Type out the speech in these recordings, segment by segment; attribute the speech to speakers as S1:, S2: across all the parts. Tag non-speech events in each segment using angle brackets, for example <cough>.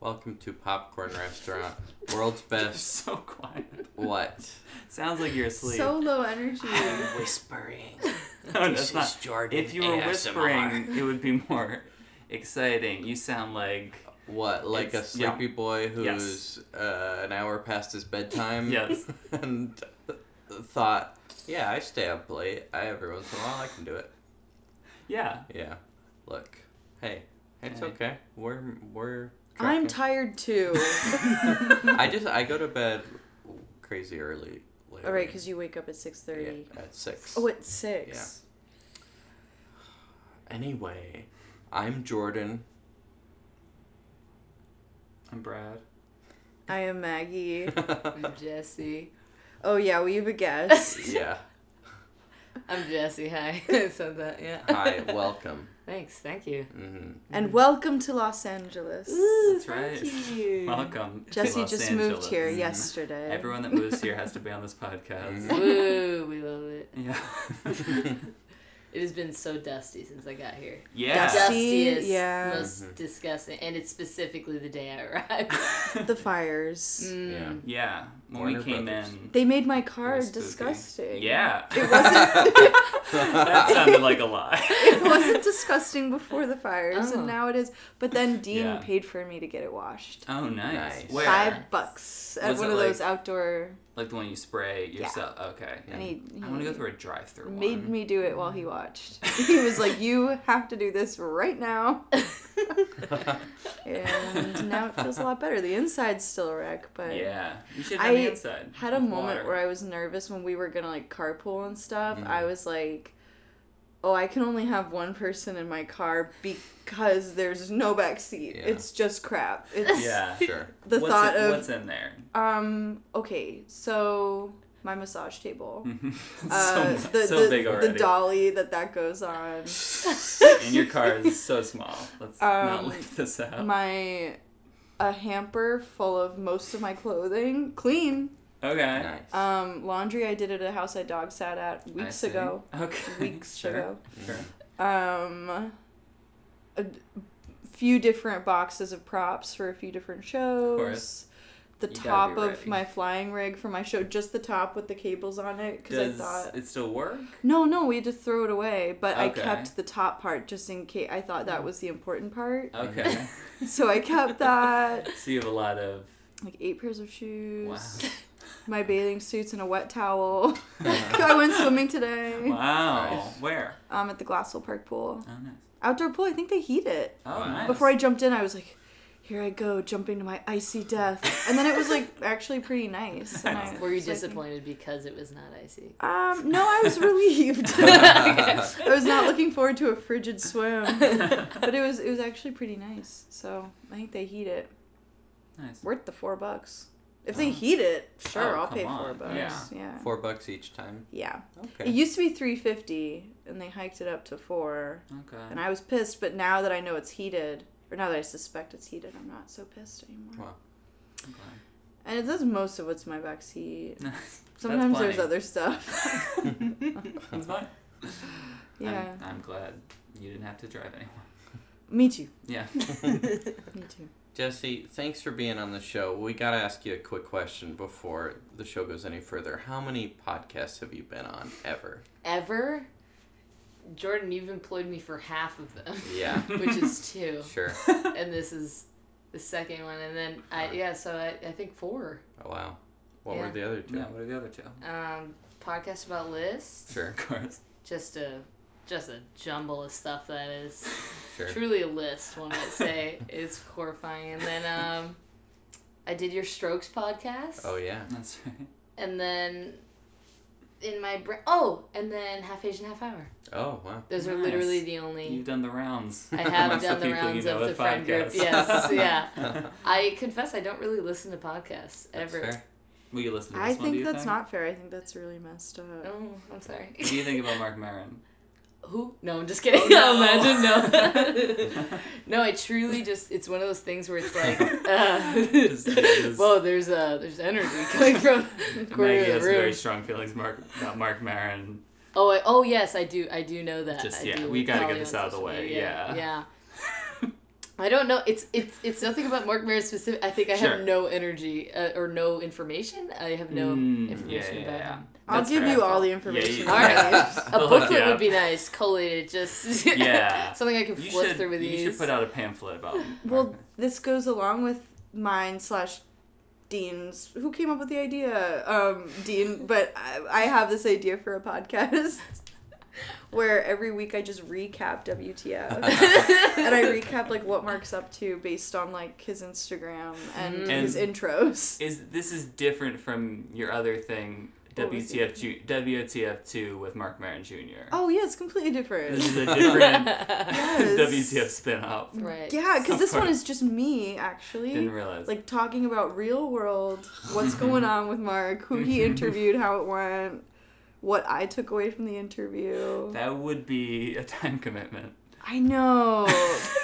S1: Welcome to Popcorn Restaurant, world's best.
S2: so quiet.
S1: What?
S2: Sounds like you're asleep.
S3: So low energy.
S4: I'm whispering.
S2: <laughs> no, that's
S4: this
S2: not.
S4: is Jordan.
S2: If you were
S4: ASMR.
S2: whispering, it would be more exciting. You sound like
S1: What? Like
S2: It's-
S1: a sleepy boy
S2: Yes.
S1: who's uh, an hour past his bedtime.
S2: Yes.
S1: <laughs> And thought, yeah, I stay up late. I every once in a while I can do it.
S2: yeah.
S1: Yeah. Look. Hey. It's
S2: Hey.
S1: okay. We're we're. tracking.
S3: I'm
S2: <laughs>
S3: tired too.
S1: I just I go to bed crazy early. Lately.
S3: All right, because you wake up at six
S1: Yeah,
S3: thirty.
S1: at six.
S3: Oh, at six.
S1: Anyway, I'm Jordan. <laughs>
S2: I'm Brad.
S3: I am Maggie.
S2: <laughs>
S4: I'm Jesse.
S3: Oh yeah, well you've
S2: <laughs>
S3: a guest.
S1: yeah.
S4: I'm
S3: <laughs>
S4: Jesse. Hi. I said
S2: <laughs>
S4: that. Yeah. <laughs>
S1: Hi. Welcome.
S4: Thanks. Thank you.
S1: hmm
S3: and welcome to Los Angeles.
S2: That's right.
S4: you.
S2: Welcome. to
S3: Jesse
S2: Los
S3: just moved
S2: Angeles.
S3: here
S2: Mhm.
S3: yesterday.
S2: Everyone that moves here has to be on this
S1: <laughs>
S2: podcast.
S1: Mhm.
S4: <laughs> Woo, we love it.
S1: <laughs>
S2: yeah.
S4: It has been so dusty since I got here.
S2: yeah. Mm-hmm.
S3: Dusty,
S4: Dustiest,
S3: yeah.
S4: most disgusting, and it's specifically the day I
S3: <laughs>
S4: arrived. <laughs>
S3: the fires.
S4: Mm.
S1: Yeah.
S2: <laughs> Yeah. When
S1: Warner
S2: we came
S1: Brothers.
S2: in.
S3: They made my car
S2: It was spooky.
S3: disgusting.
S2: Yeah.
S3: It wasn't.
S2: <laughs>
S3: <laughs>
S2: that sounded like a lie.
S3: it wasn't disgusting before the fires,
S4: Oh.
S3: and now it is. But then Dean
S2: Yeah.
S3: paid for me to get it washed.
S2: Oh, nice.
S1: Nice.
S2: Where?
S3: Five bucks at
S2: Was
S3: one
S2: it
S3: of
S2: like-
S3: those outdoor.
S2: Like the one you spray yourself. Okay. yeah.
S3: And he,
S2: I want to
S3: he
S2: go through a drive-through.
S3: made
S2: one.
S3: me do it while he watched. <laughs> he was like, "You have to do this right now," and now it feels a lot better. The inside's still a wreck, but
S2: Yeah. You should
S3: I
S2: have the inside.
S3: had a
S2: with
S3: moment
S2: water.
S3: where I was nervous when we were gonna like carpool and stuff. I was like, "Oh, I can only have one person in my car because there's no back seat.
S1: Yeah.
S3: It's just crap." <laughs> It's
S2: Yeah.
S1: <laughs> Sure.
S3: the
S2: what's
S3: thought
S2: in,
S3: of
S2: what's in there.
S3: um. Okay, so my massage table.
S2: <laughs>
S3: Uh,
S2: so mu-
S3: the,
S2: so
S3: the,
S2: big already.
S3: the dolly that that goes on
S2: and your car is
S3: <laughs>
S2: so small. Let's not
S3: Um,
S2: leave this out.
S3: my a hamper full of most of my clothing clean
S2: okay.
S1: Nice.
S3: um laundry i did at a house i dog sat at
S2: I
S3: weeks
S2: see. <laughs>
S3: ago
S2: Okay.
S3: weeks
S2: sure.
S3: ago
S2: Sure.
S3: um a d- few different boxes of props for a few different shows
S2: course.
S3: the
S2: You gotta
S3: top
S2: be
S3: of
S2: ready.
S3: my flying rig for my show just the top with the cables on it because i
S2: Does
S3: thought
S2: it still work?
S3: no no we had to throw it away but i
S2: Okay. Mm.
S3: kept the top part just in case i thought that was the important
S1: Mm-hmm.
S3: part <laughs>
S2: Okay. <laughs>
S3: so i kept that
S2: so you have a lot of.
S3: like eight pairs of shoes,
S2: Wow.
S3: my bathing suits, and a wet
S2: <laughs>
S3: towel. <laughs> I went swimming today
S2: Wow.
S1: Nice.
S2: Where?
S3: um, at the Glassell Park pool.
S2: Oh, nice.
S3: Outdoor pool, I think they heat it.
S2: Oh,
S1: Wow.
S2: nice. <laughs>
S3: Before I <laughs> jumped in, I was like, here I go, jumping to my icy death. And then it was like actually pretty
S2: <laughs>
S3: nice. and I <laughs>
S4: Were you
S3: was like-
S4: disappointed because it was not icy? <laughs>
S3: Um, no, I was
S2: <laughs>
S3: relieved. <laughs> I was not looking forward to a frigid
S2: <laughs>
S3: swim, but it was it was actually pretty nice. So I think they heat it.
S2: nice.
S3: Worth the four bucks. If they heat it, sure,
S2: Oh,
S3: I'll
S2: come
S3: pay four
S2: on.
S3: bucks.
S2: Yeah.
S3: yeah.
S1: Four bucks each time.
S3: Yeah. It
S1: Okay.
S3: used to be 350 and they hiked it up to 4
S2: Okay.
S3: and I was pissed but now that I know it's heated or now that I suspect it's heated I'm not so pissed anymore.
S1: Wow.
S2: okay. <laughs>
S3: And it does most of what's my back seat.
S2: Nice.
S3: Sometimes there's
S2: plenty.
S3: other
S2: <laughs>
S3: stuff.
S2: That's fine.
S3: yeah.
S2: I'm, I'm glad you didn't have to drive anymore.
S3: Me too.
S2: Yeah.
S3: Me too.
S1: Jesse, thanks for being on the show. We gotta ask you a quick question before the show goes any further. How many podcasts have you been on ever?
S4: Ever? Jordan, you've employed me for half of them. <laughs>
S1: Yeah.
S2: <laughs>
S4: Which is two.
S1: Sure.
S4: And this is the second one. And then, I yeah, so I, I think four.
S1: Oh wow. What were
S4: Yeah.
S1: the other two?
S2: yeah. What are the other two?
S4: Um, podcast about lists.
S1: Sure.
S2: Of course.
S4: Just a, just a jumble of stuff that is.
S1: Sure.
S4: truly a list one might say <laughs> it's horrifying and then um i did your strokes podcast
S1: Oh yeah.
S2: That's right.
S4: and then in my brain oh and then half asian half hour
S1: Oh wow.
S4: those are
S2: Nice.
S4: literally the only
S2: You've done the rounds.
S4: i have
S2: amongst
S4: done the,
S2: people you
S4: rounds
S2: know
S4: of
S2: with
S4: the friend group
S2: podcasts. <laughs>
S4: yes yeah i confess i don't really listen to podcasts
S1: That's
S4: ever
S1: fair.
S2: Will you listen to this
S3: I
S2: one? do
S3: think
S2: you
S3: that's
S2: think?
S3: not fair. I think that's really messed up.
S4: oh i'm sorry
S2: What do you think about Mark
S3: <laughs>
S2: Maron?
S4: <laughs> Who? No, I'm just
S1: Oh,
S4: kidding.
S2: no.
S4: <laughs> Imagine
S1: <laughs>
S4: no. <laughs> no, I truly just—it's one of those things where
S2: <laughs>
S4: it's like, uh,
S2: Just-
S4: <laughs>
S2: just-
S4: whoa, there's uh, there's energy <laughs> coming from the corner
S2: Maggie
S4: of
S2: has
S4: the room.
S2: very strong feelings Mark, about Mark Maron.
S4: Oh, I, oh yes, I do. I do know that.
S2: Just,
S4: I
S2: yeah,
S4: do
S2: we gotta
S4: follow
S2: get this
S4: you on
S2: out of the
S4: social
S2: way,
S4: media.
S2: yeah.
S4: Yeah. I don't know. It's it's it's nothing about Mark Maron specific. I think I
S2: Sure.
S4: have no energy uh, or no information. I have <laughs> no
S2: Mm, yeah,
S4: information
S2: yeah,
S4: about
S2: yeah. <laughs>
S4: him.
S3: I'll
S2: That's
S3: give
S2: fair.
S3: you all the information.
S2: yeah.
S4: All right.
S2: <laughs>
S3: Alright.
S4: A
S2: We'll hook
S4: booklet
S2: you
S4: would
S2: up.
S4: be nice, collated, just <laughs>
S2: Yeah.
S4: something I can
S2: You
S4: flip
S2: should,
S4: through with
S2: you
S4: ease.
S2: should
S4: <laughs>
S2: put out a pamphlet about
S3: <laughs> Well, this goes along with mine slash Dean's. Who came up with the idea? Um, Dean, but I, I have this idea for a podcast <laughs> where every week I just recap WTF.
S4: <laughs>
S3: and I recap like what Mark's up to based on like his Instagram and,
S4: Mm.
S3: his intros.
S2: is this is different from your other thing
S3: What was it?
S2: WTF ju- WTF two with Mark Maron Jr.
S3: Oh yeah, it's completely
S2: This
S3: different.
S2: is a <laughs> different
S3: <laughs> Yes.
S2: WTF spin off. <laughs>
S4: right. <laughs>
S3: Yeah, because this one
S2: Sorry.
S3: is just me actually.
S2: Didn't realize.
S3: like talking about real world, what's going on with Mark, who he interviewed, how it went, what I took away from the interview.
S2: that would be a time commitment.
S3: I know,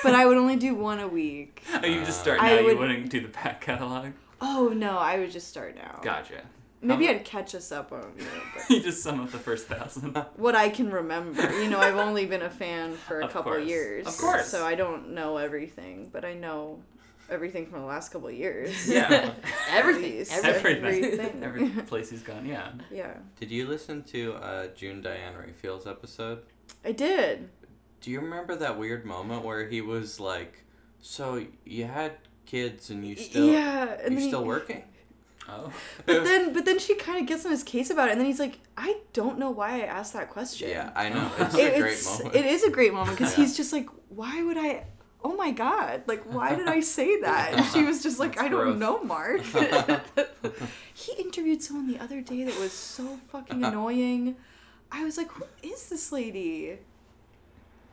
S3: but I would only do one a week.
S2: Oh, you just start now.
S3: Uh, I would-
S2: You wouldn't do the back catalog.
S3: Oh no, I would just start now.
S2: Gotcha.
S3: Maybe
S2: How-
S3: I'd catch us up on you know,
S2: <laughs>
S3: but
S2: you just sum up the first thousand.
S3: what I can remember. You know, I've only been a fan for a
S2: Of
S3: couple
S2: course.
S3: years,
S2: Of course.
S3: so I don't know everything, but I know everything from the last couple
S2: <laughs> <laughs>
S3: years. <laughs>
S2: Yeah.
S4: Everything.
S3: Please.
S4: Everything.
S2: Everything.
S3: Everything.
S2: Every place he's gone. Yeah.
S3: <laughs> Yeah,
S1: Did you listen to uh, June Diane Raphael's episode?
S3: I did.
S1: Do you remember that weird moment where he was like, "So you had kids and you still
S3: yeah, and
S1: you're
S3: then he- <laughs>
S1: still working?"
S2: Oh.
S1: <laughs>
S3: But then, but then she kind of gets on his case about it, and then he's like, "I don't know why I asked that question." <laughs>
S1: yeah, I know.
S2: It-
S1: It's
S3: It-
S1: a great
S3: it's
S1: moment.
S3: it is a great moment because
S1: <laughs> Yeah.
S3: he's just like, "Why would I? Oh my god! Like, why did I say that?" And she was just like,
S2: That's
S3: "I
S2: gross.
S3: don't know, Mark." <laughs> he interviewed someone the other day that was so
S1: <laughs>
S3: fucking annoying. I was like, "Who is this lady?"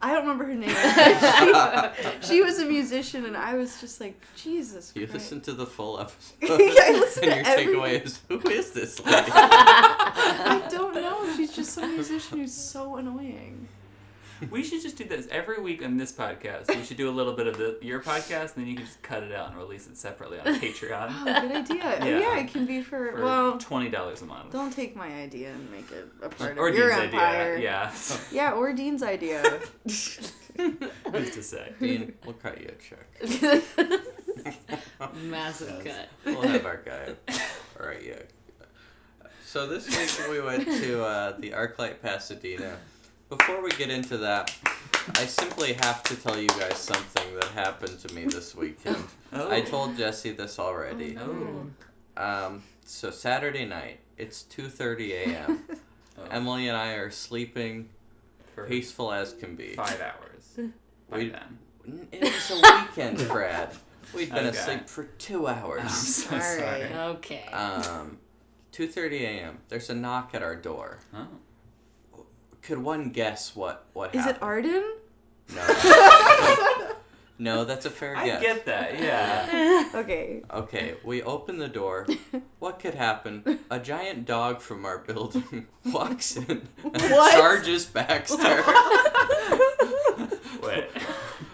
S3: I don't remember
S1: <laughs>
S3: her name. <laughs> she, she was a musician, and I was just like, "Jesus."
S1: <laughs> you
S3: Christ.
S1: listen to the
S3: <laughs>
S1: full episode.
S3: Yeah, I
S1: <laughs>
S3: listen
S1: and
S3: to
S1: your
S3: every-
S1: takeaway is,
S3: <laughs>
S1: "Who is this lady?"
S3: I don't know. She's just some musician who's so annoying.
S2: We should just do this every week on this podcast. We should do a little bit of the, your podcast, and then you can just cut it out and release it separately on
S3: Oh, <gasps>
S2: Patreon
S3: good idea. Yeah,
S2: <laughs> Yeah.
S3: it can be for,
S2: for
S3: well.
S2: twenty dollars a month.
S3: Don't take my idea and make it a part
S2: or
S3: of your
S2: Dean's
S3: empire.
S2: idea. Yeah.
S3: Yeah, or Dean's idea.
S2: <laughs> Who's to say?
S1: <laughs> Dean, we'll cut you a check.
S4: Massive cut.
S1: <laughs> We'll have
S4: <laughs>
S1: our guy. All right, yeah. So this week we went to uh, the ArcLight Pasadena. Before we get into that, I simply have to tell you guys something that happened to me this weekend.
S2: <laughs> Oh.
S1: I told Jesse this already.
S2: Oh.
S1: Um, so Saturday night, it's 2:30 a.m.
S2: <laughs> Oh.
S1: Emily and I are sleeping
S2: For
S1: peaceful as can be.
S2: five
S3: <laughs>
S2: hours. By
S1: We-
S2: then.
S1: It was a
S2: <laughs>
S1: weekend, Brad. We'd been
S2: Okay.
S1: asleep for two
S2: I'm
S1: hours.
S2: so
S3: Alright.
S2: sorry.
S4: Okay.
S1: Um, 2:30 a.m. There's a knock at our door.
S2: Oh.
S1: Could one guess what what
S3: Is it
S1: happened?
S2: <laughs>
S3: Arden?
S1: No. no, that's a fair
S2: <laughs> I
S1: guess.
S2: get that. Yeah.
S3: <laughs>
S1: Uh,
S3: okay.
S1: Okay, we open the
S2: <laughs>
S1: door. What could happen? A giant dog from our building <laughs> walks in and
S3: What?
S1: charges
S2: <laughs>
S1: Baxter.
S2: Wait.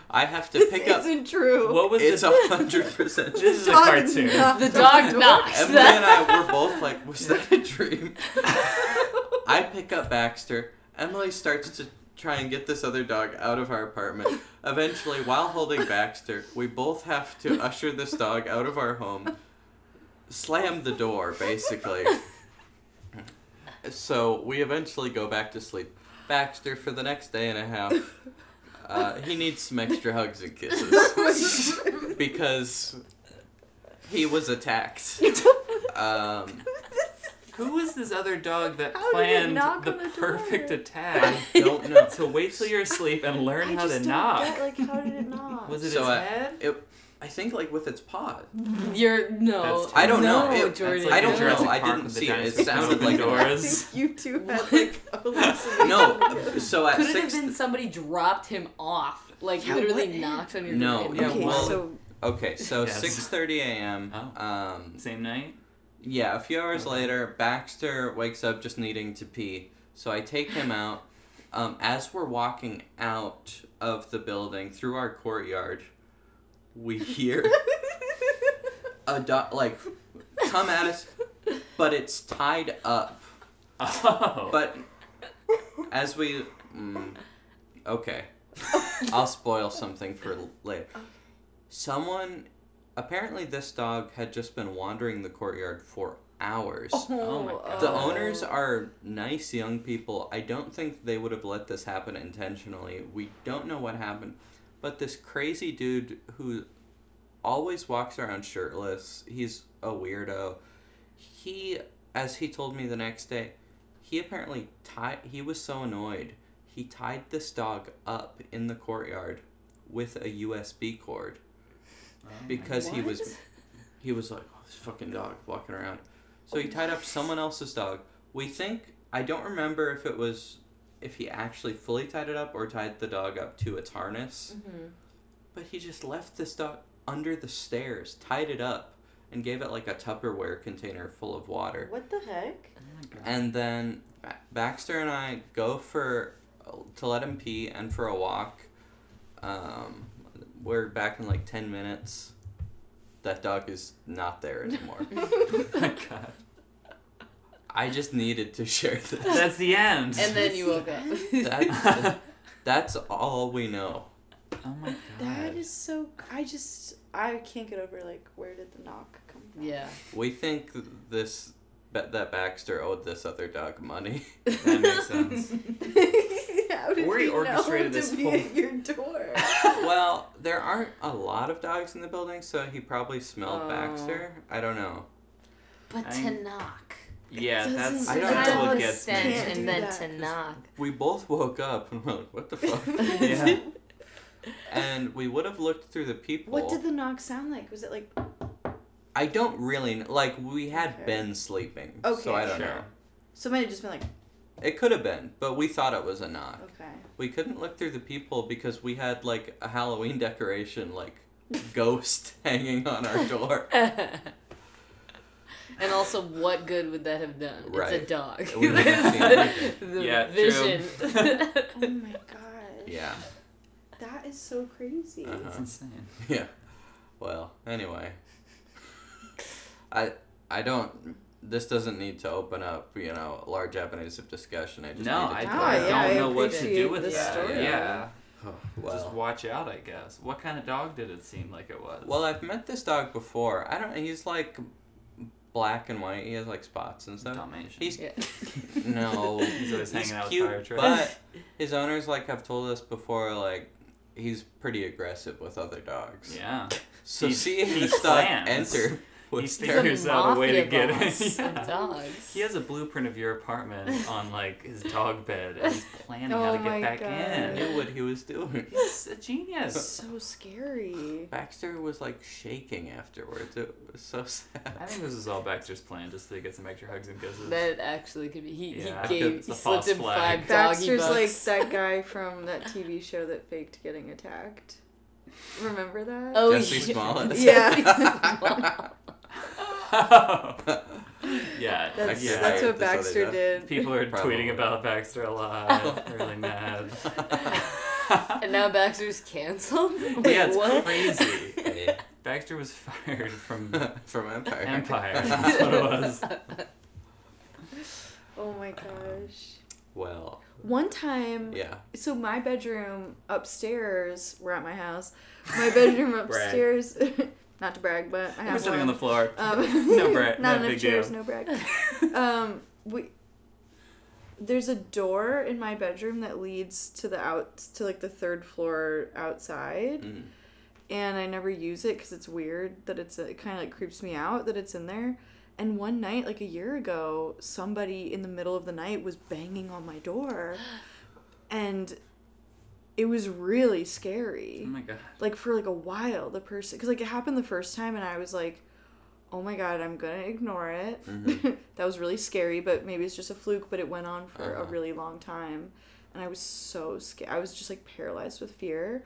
S1: I have to
S3: This
S1: pick up.
S3: isn't true.
S2: What was
S1: It's
S2: this?
S1: a <laughs> hundred percent.
S2: This is a
S3: Dog
S2: cartoon.
S3: knocked
S4: the
S3: on
S4: dog
S3: door.
S4: knocks.
S1: Emily and I were both
S2: <laughs>
S3: <laughs>
S1: like, was that a dream? I pick up Baxter. Emily starts to try and get this other dog out of our apartment. Eventually, while holding Baxter, we both have to usher this dog out of our home, slam the door, basically. So we eventually go back to sleep. Baxter, for the next day and a half, uh, he needs some extra hugs and kisses because he was attacked. Um,
S2: Who was this other dog that
S3: How did it
S2: planned
S3: knock
S2: the,
S3: on the
S2: perfect
S3: door?
S2: attack
S1: don't know.
S2: to wait till you're asleep and learn
S3: I
S2: how
S3: just
S2: to
S3: don't
S2: knock?
S3: Get, like,
S2: <laughs>
S3: how did it knock?
S2: Was it
S1: So
S2: its
S1: I-
S2: head?
S1: It, I think like with its paw.
S4: <laughs> You're no.
S2: That's
S1: I don't know.
S4: No,
S1: It-
S4: Jordan.
S1: I don't know.
S2: Jurassic
S1: I
S2: Park
S1: didn't
S2: with the
S1: see it. It
S2: dinosaurs
S1: sounded
S2: open
S3: <laughs>
S1: like-
S3: I
S2: doors.
S3: think you two had like a hallucination.
S1: No. So at
S4: Could it have
S1: six.
S4: been somebody dropped him off? Like
S3: Yeah,
S4: literally
S3: what?
S4: knocked on your
S1: No,
S4: door. and
S1: yeah,
S3: okay,
S1: well-
S3: so
S1: Okay, so
S2: Yes.
S1: six thirty a.m.
S2: Oh.
S1: Um,
S2: Same
S3: <laughs>
S2: night.
S1: yeah, a few hours
S2: Okay.
S1: later, Baxter wakes up just needing to pee. So I take him out. Um, as we're walking out of the building through our courtyard, we hear a dog like come at us, but it's tied up.
S2: Oh.
S1: But as we, mm, okay, I'll spoil something for later. someone apparently this dog had just been wandering the courtyard for hours.
S2: Oh my God.
S1: The
S2: Oh.
S1: owners are nice young people. I don't think they would have let this happen intentionally. We don't know what happened. But this crazy dude who always walks around shirtless, he's a weirdo. He, as he told me the next day, he apparently tied, he was so annoyed, he tied this dog up in the courtyard with a USB cord
S2: Oh
S1: because he was
S4: What?
S1: he was like, oh, this fucking dog walking around. So he tied up someone else's dog. We think, I don't remember if it was, if he actually fully tied it up or tied the dog up to its harness,
S4: Mhm.
S1: but he just left this dog under the stairs, tied it up, and gave it like a Tupperware container full of water.
S3: What the heck?
S2: Oh my God. <laughs>
S1: And then Ba- Baxter and I go for, to let him pee and for a walk. Um, we're back in like 10 minutes. That dog is not there anymore.
S2: Oh my
S3: <laughs>
S2: God.
S1: I just needed to share this.
S2: That's the end.
S4: <laughs> And then you
S1: <laughs>
S4: woke up.
S1: That- That's all we know.
S2: <laughs> oh my God.
S3: That is so. I just. I can't get over, like, where did the knock come <laughs> from?
S4: yeah.
S1: We think this that that Baxter owed this other dog money.
S2: That makes
S4: <laughs>
S2: sense.
S3: How did
S2: Ori
S3: he
S2: orchestrated
S3: know
S2: this
S3: to be
S2: whole-
S3: at your door?
S1: well, there aren't a lot of dogs in the building, so he probably smelled
S4: Oh.
S1: Baxter. I don't know.
S4: But to
S2: I'm-
S4: knock.
S2: yeah,
S3: It
S2: that's,
S3: doesn't- I don't
S2: that's
S1: know.
S2: what
S4: the
S2: gets me.
S4: stench
S3: Can't do
S4: and then
S3: that.
S4: to knock.
S1: We both woke up and were like, "What the
S3: <laughs>
S1: fuck?"
S2: Yeah.
S1: and we would have looked through the people.
S3: What did the knock sound like? Was it like.
S1: I don't really kn- like. We had
S3: Okay.
S1: been sleeping,
S3: Okay.
S1: so I don't
S2: Sure.
S1: know.
S3: Somebody just been like,
S1: It could have been, but we thought it was a knock.
S3: okay.
S1: We couldn't look through the people because we had like a Halloween decoration,
S3: <laughs>
S1: like ghost hanging on our door.
S4: <laughs> and also, what good would that have done?
S1: Right.
S4: It's a dog.
S1: It wouldn't have
S4: <laughs>
S1: seen anything.
S4: the
S2: Yeah,
S4: vision.
S1: <laughs>
S3: Oh
S4: <laughs>
S3: my gosh.
S1: Yeah,
S3: That is so crazy.
S1: Uh-huh.
S2: That's insane.
S1: yeah. Well, anyway, I I don't. This doesn't need to open up, you know, large avenues of discussion. I just
S2: No,
S1: needed
S2: I,
S1: to
S3: Ah,
S2: I
S1: let
S3: yeah,
S2: don't
S3: I
S2: know what to do
S3: appreciate
S2: with
S3: this
S2: that.
S1: story.
S2: Yeah.
S1: Oh,
S2: Just
S1: well.
S2: watch out, I guess. What kind of dog did it seem like it was?
S1: well, I've met this dog before. I don't. He's like black and white. He has like spots and stuff.
S2: Dalmatian.
S1: He's
S2: <laughs>
S4: Yeah.
S1: No,
S2: He's always hanging out with fire trucks. <laughs>
S1: but his owners like have told us before, like he's pretty aggressive with other dogs.
S2: yeah.
S1: So
S2: He-
S1: seeing
S2: he
S1: this dog
S2: plans. <laughs>
S1: enter was
S2: He thinks-
S4: He's a
S1: terrible.
S2: Figures out a way to
S4: mafia
S2: get in. <laughs>
S4: boss
S2: Yeah.
S4: Of dogs.
S2: He has a blueprint of your apartment
S3: <laughs>
S2: on like his dog bed, and he's planning how
S3: Oh
S2: to
S3: my
S2: get back
S3: God.
S1: I
S2: in.
S1: knew what he was doing.
S2: He's a genius.
S3: So scary.
S1: Baxter was like shaking afterwards. It was so sad.
S2: I think this is all Baxter's plan, just to get some extra hugs and kisses.
S3: <laughs>
S4: That actually could be. He,
S2: Yeah, I think
S4: he gave.
S2: it's
S4: He
S2: a
S4: slipped
S2: false
S4: in
S2: flag.
S4: five doggy
S3: Baxter's
S4: bucks.
S3: like <laughs> that guy from that TV show that faked getting attacked. Remember that?
S4: Oh,
S1: Jesse
S4: <laughs> yeah.
S1: Smollett. <laughs>
S3: Yeah.
S2: <laughs> yeah,
S1: Yeah,
S3: That's,
S2: yeah.
S3: that's what
S1: that's what they
S3: Baxter
S1: do.
S3: did.
S2: People are
S1: Probably.
S2: tweeting about Baxter a
S3: <laughs>
S2: lot. They're really mad.
S1: <laughs>
S4: And now Baxter's
S2: <laughs>
S4: canceled. Wait,
S2: yeah, it's
S4: what?
S2: crazy.
S4: <laughs>
S1: Hey,
S2: Baxter was fired from
S3: <laughs>
S1: From Empire. <laughs>
S2: Empire. That's what it
S4: <laughs>
S2: was.
S3: Oh my gosh.
S1: Well,
S3: One time,
S1: yeah.
S3: so my bedroom upstairs, we're at my house. My
S2: <laughs>
S3: bedroom upstairs, <laughs> not to brag, but I have
S2: We're sitting
S3: one.
S2: on the floor.
S3: Um, <laughs>
S2: No brag- no
S3: Not enough
S2: big
S3: chairs,
S2: deal. <laughs>
S3: no brag. um, we there's a door in my bedroom that leads to the out to like the third floor outside,
S1: Mm.
S3: and I never use it because it's weird that it's it kind of like creeps me out that it's in there. And one night, like a year ago, somebody in the middle of the night was banging on my door, and it was really scary
S2: Oh my
S3: <laughs>
S2: god.
S3: like for like a while the person because like it happened the first time and i was like oh my god i'm gonna ignore it <laughs> that was really scary but maybe it's just a fluke but it went on for a
S1: Uh-huh.
S3: really long time and i was so scared i was just like paralyzed with fear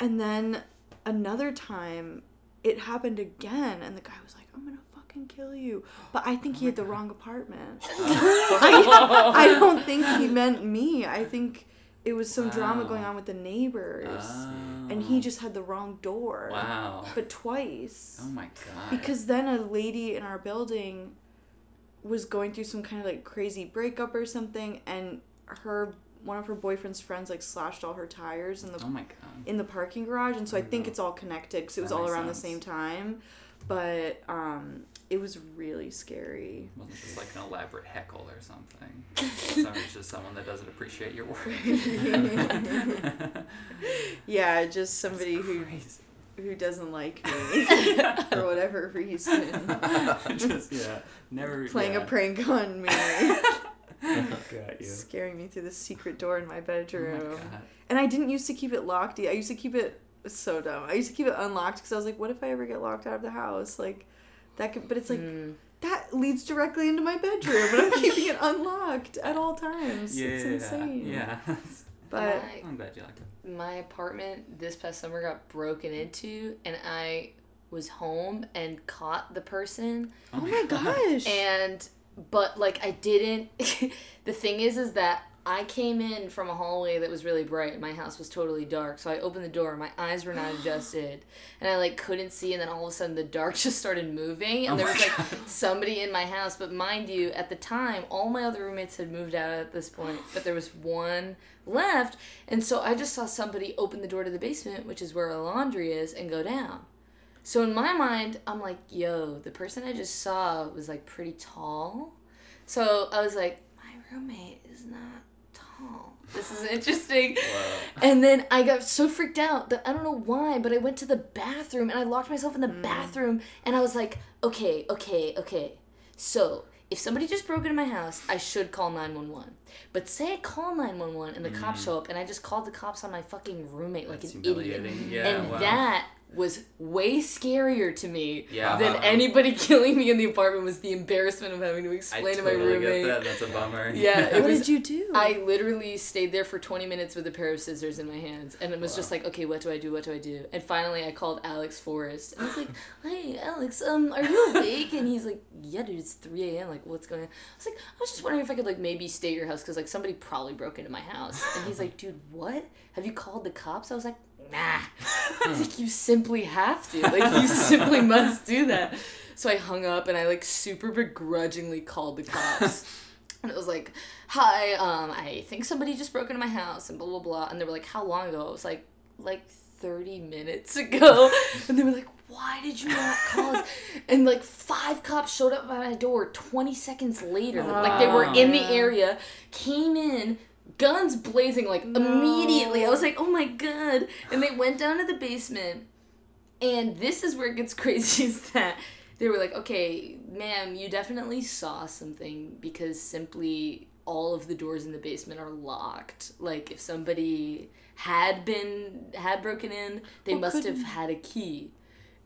S3: and then another time it happened again and the guy was like i'm gonna fucking kill you but i think he had the wrong apartment I, I don't think he meant me i think it was some drama
S2: Wow.
S3: going on with the neighbors and
S2: Oh.
S3: he just had the wrong door.
S2: Wow.
S3: But twice.
S2: Oh my god.
S3: Because then a lady in our building was going through some kind of like crazy breakup or something, and her one of her boyfriend's friends like slashed all her tires in the
S2: Oh my god.
S3: in the parking garage, and so I
S2: There you
S3: think
S2: go.
S3: it's all connected because it was
S2: Oh, That
S3: all
S2: makes
S3: around the
S2: sense.
S3: same time. But um, it was really scary.
S2: Wasn't just like an elaborate heckle or
S3: <laughs>
S2: something. Someone's just someone that doesn't appreciate your work.
S3: Yeah, just <laughs> somebody
S2: That's
S3: who <laughs>
S2: crazy. <laughs>
S3: who doesn't like me for whatever reason
S2: <laughs> just yeah, never
S3: playing
S2: yeah.
S3: a prank on
S2: <laughs>
S3: me,
S2: Got you.
S3: scaring me through the secret door in my
S2: Oh my
S3: bedroom.
S2: god.
S3: and I didn't used to keep it locked. e, I used to keep it it's so dumb. I used to keep it unlocked because I was like, what if I ever get locked out of the house? Like that could, but it's like
S2: Hmm.
S4: Mm.
S3: that leads directly into my bedroom,
S2: <laughs>
S3: and I'm keeping it unlocked at all times.
S2: Yeah,
S3: it's insane.
S2: yeah. <laughs>
S3: But
S4: my,
S2: I'm glad you liked it.
S4: my apartment this past summer got broken into, and I was home and caught the person,
S3: oh my
S2: <laughs>
S3: gosh.
S4: and but like I didn't. <laughs> the thing is, is that. I came in from a hallway that was really bright and my house was totally dark. So I opened the door, my eyes
S2: <gasps>
S4: were not adjusted, and I like couldn't see and then all of a sudden the dark <laughs> just started moving and
S2: Oh
S4: there
S2: my
S4: was like somebody in my house, but mind you, at the time all my other roommates had moved out at
S2: <gasps>
S4: this point, but there was one left, and so I just saw somebody open the door to the basement, which is where our laundry is, and go down. So in my mind, I'm like, yo, the person I just saw was like pretty tall. So I was like, my roommate is not tall. This is
S2: <laughs>
S4: interesting. And then I got so freaked out that I don't know why, but I went to the bathroom and I locked myself in the
S2: Mm.
S4: bathroom and I was like, okay, okay, okay. So if somebody just broke into my house, I should call 911. But say I call 911 and the cops show up and I just called the cops on my fucking roommate like
S2: Mm. That's
S4: an idiot.
S2: humiliating. Yeah,
S4: and
S2: wow.
S4: that was way scarier to me
S2: Yeah.
S4: than anybody <laughs> killing me in the apartment was the embarrassment of having to
S2: I
S4: explain to my
S2: totally
S4: roommate.
S2: get that. That's a bummer.
S4: Yeah,
S2: <laughs>
S4: it
S3: what
S4: was
S3: did you do?
S4: I literally stayed there for 20 minutes with a pair of scissors in my hands and it was just like, okay, what do I do? What do I do? And finally I called Alex Forrest. And I was like, hey, Alex, um, are you awake? And he's like, yeah, dude, it's 3 a.m. Like, what's going on? I was like, I was just wondering if I could, like, maybe stay at your house because, like, somebody probably broke into my house. And he's like, dude, what? Have you called the cops? I was like, nah. I was like, you simply have to. Like, you simply must do that. So I hung up and I, like, super begrudgingly called the cops. And it was like, hi, um, I think somebody just broke into my house and blah, blah, blah. And they were like, how long ago? It was like, like 30 minutes <laughs> ago. and they were like, why did you not call us? And like five cops showed up by my door 20 seconds later. Like they were in the
S3: Wow.
S4: area, came in, guns blazing, like immediately. I was like, oh my God. And they went down to the basement. And this is where it gets <laughs> crazy is that they were like, okay, ma'am, you definitely saw something because simply all of the doors in the basement are locked. Like if somebody had been had broken in, they
S3: Well,
S4: must have
S3: couldn't-
S4: had a key.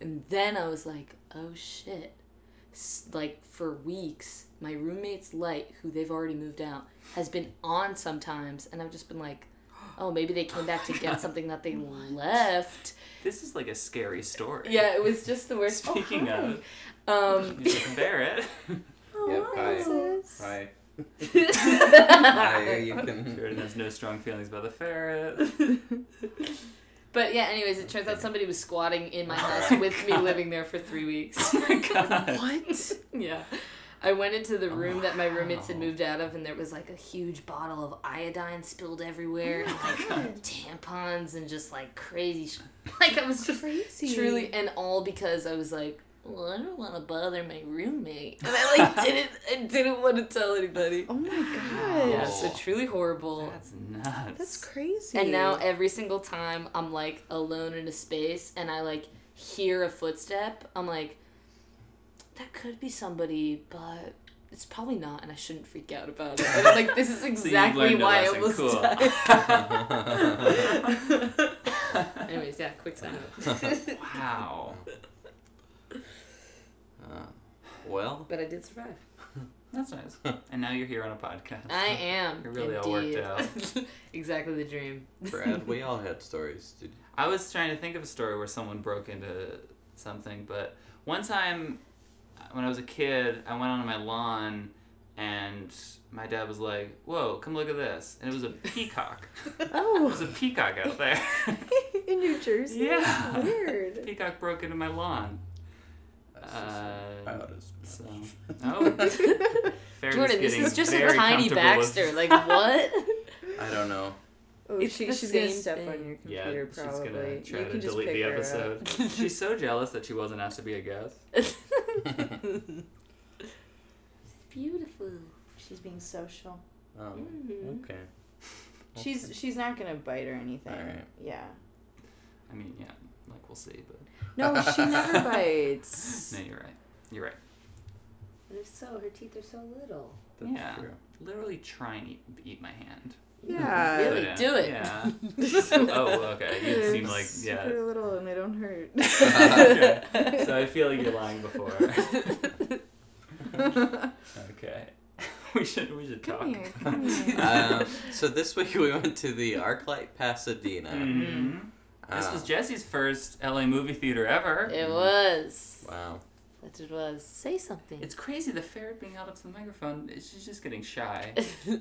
S4: And then I was like, oh shit. S- Like for weeks, my roommate's light, who they've already moved out, has been on sometimes, and I've just been like, oh, maybe they came back to get something that they left.
S2: This is like a scary story.
S4: Yeah, it was Oh, just the worst.
S2: Speaking of,
S4: Um,
S2: <laughs> you can bear it.
S1: Yep, hi.
S3: Alexis.
S1: <laughs> Hi.
S4: <laughs>
S1: Hi,
S4: but
S1: you can. <laughs>
S2: Jordan has no strong feelings about the ferret.
S4: yeah, anyways, it turns out somebody was squatting in my house
S2: Oh my
S4: with me living there for three weeks. <laughs>
S2: Oh my god.
S3: What?
S4: yeah. I went into the room that my roommates had
S2: Wow.
S4: moved out of, and there was like a huge bottle of iodine spilled
S2: Oh
S4: everywhere, and like tampons and just like crazy. Sh- <laughs> like I was just
S3: Crazy.
S4: truly, and all because I was like, well, I don't want to bother my roommate, and I
S2: <laughs>
S4: like didn't, I didn't want to tell anybody.
S3: Oh my god.
S4: Yeah, so truly horrible.
S2: That's nuts.
S3: That's crazy.
S4: And now every single time I'm like alone in a space and I like hear a footstep, I'm like, that could be somebody, but it's probably not, and I shouldn't freak out about it. And I'm like, this
S2: <laughs>
S4: is
S2: So you
S4: exactly
S2: learned a
S4: why I
S2: lesson.
S4: almost
S2: Cool.
S1: Uh,
S4: died.
S2: <laughs>
S4: Anyways, yeah, quick sign up.
S2: Wow.
S1: Uh, well,
S4: but I did survive.
S2: That's nice. And now you're here on a podcast.
S4: I am.
S2: It really all worked
S4: indeed. <laughs> exactly the dream.
S1: Brad, we all had stories. Did
S2: <laughs> I was trying to think of a story where someone broke into something, but one time uh, when I was a kid, I went onto my lawn and my dad was like, Whoa, come look at this. And it was
S4: <laughs>
S2: a peacock. it was
S3: oh, <laughs>
S2: a peacock out there.
S4: <laughs>
S3: in New Jersey.
S2: Yeah.
S3: Weird.
S2: peacock broke into my lawn. Uh,
S1: about as much. <laughs>
S2: so, oh, Fair
S4: Jordan, this
S2: getting
S4: is just a
S2: very <laughs>
S4: tiny
S2: comfortable with-
S4: Baxter. Like, what?
S1: I don't know.
S5: Oh,
S4: It's
S5: she,
S4: the
S5: she's gonna
S4: same
S5: step
S4: thing.
S5: on your
S2: Yeah,
S5: computer
S2: she's
S5: probably.
S2: gonna try
S5: you
S2: to
S5: can just
S2: delete
S5: pick
S2: the
S5: her up.
S4: <laughs>
S2: episode. She's so jealous that she wasn't asked to be a guest.
S4: Beautiful.
S3: She's being social.
S1: Um,
S4: Mhm.
S1: okay.
S3: She's she's not gonna bite or anything.
S1: Alright.
S3: Yeah.
S2: I mean, yeah, like we'll see, but
S3: No,
S2: <laughs>
S3: she never bites.
S2: no, you're right. You're right.
S4: But if so, her teeth are so little.
S1: That's
S2: Yeah.
S1: true.
S2: Literally try and eat, eat my hand.
S3: Yeah.
S4: Really,
S2: But, uh,
S4: do it. <laughs>
S2: Yeah. oh, okay. You
S3: They're
S2: seem like yeah.
S3: Super little and they don't hurt.
S2: <laughs> <laughs>
S3: <laughs>
S2: Okay. So I feel like you're lying before. <laughs> okay. <laughs> We should we should talk.
S3: Come here, come here.
S2: <laughs>
S1: um, so this week we went to the ArcLight Pasadena.
S2: Mhm. This was
S1: Um,
S2: Jesse's first LA movie theater ever.
S4: <laughs> It was.
S1: wow.
S4: That's what it was. Say something.
S2: It's crazy the ferret being held up to the microphone. it's- She's just getting shy.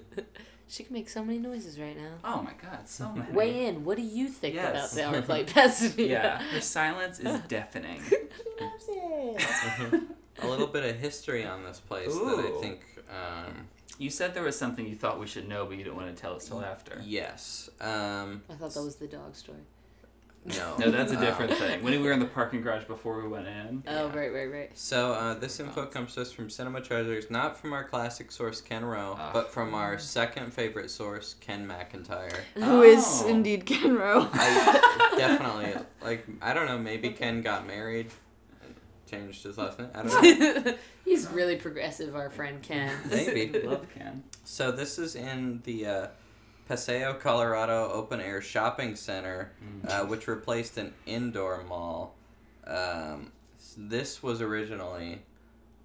S4: <laughs> she can make so many noises right now.
S2: Oh my god, <laughs> so many.
S4: Weigh in. What do you think
S2: Yes. <laughs>
S4: about the Arclight Pasadena?
S2: Yeah,
S4: <laughs>
S2: her silence
S3: <laughs>
S2: is deafening.
S3: she loves it.
S1: Mm-hmm. A little bit of history on this place that I
S2: Ooh.
S1: think. Um,
S2: You said there was something you thought we should know, but you didn't want to tell us till after.
S1: yes. Um,
S4: I thought that was the dog story. <laughs>
S1: no.
S2: No, that's a different
S1: Um,
S2: thing. When we were in the parking garage before we went in.
S4: Oh,
S1: Yeah.
S4: right, right, right.
S1: So uh, this info comes to us from Cinema Treasures, not from our classic source Ken Rowe,
S2: Ah.
S1: but from our second favorite source Ken McIntyre.
S3: Who is
S2: Oh.
S3: indeed
S2: <laughs>
S3: Kenro.
S1: I definitely like. I don't know. Maybe Ken got married, and changed his last name. I
S4: <laughs>
S1: don't know.
S4: He's really progressive, our friend Ken.
S1: Maybe.
S2: Love can.
S1: So this is in the uh, Paseo Colorado Open Air Shopping Center, uh, which replaced an indoor mall. Um, s- this was originally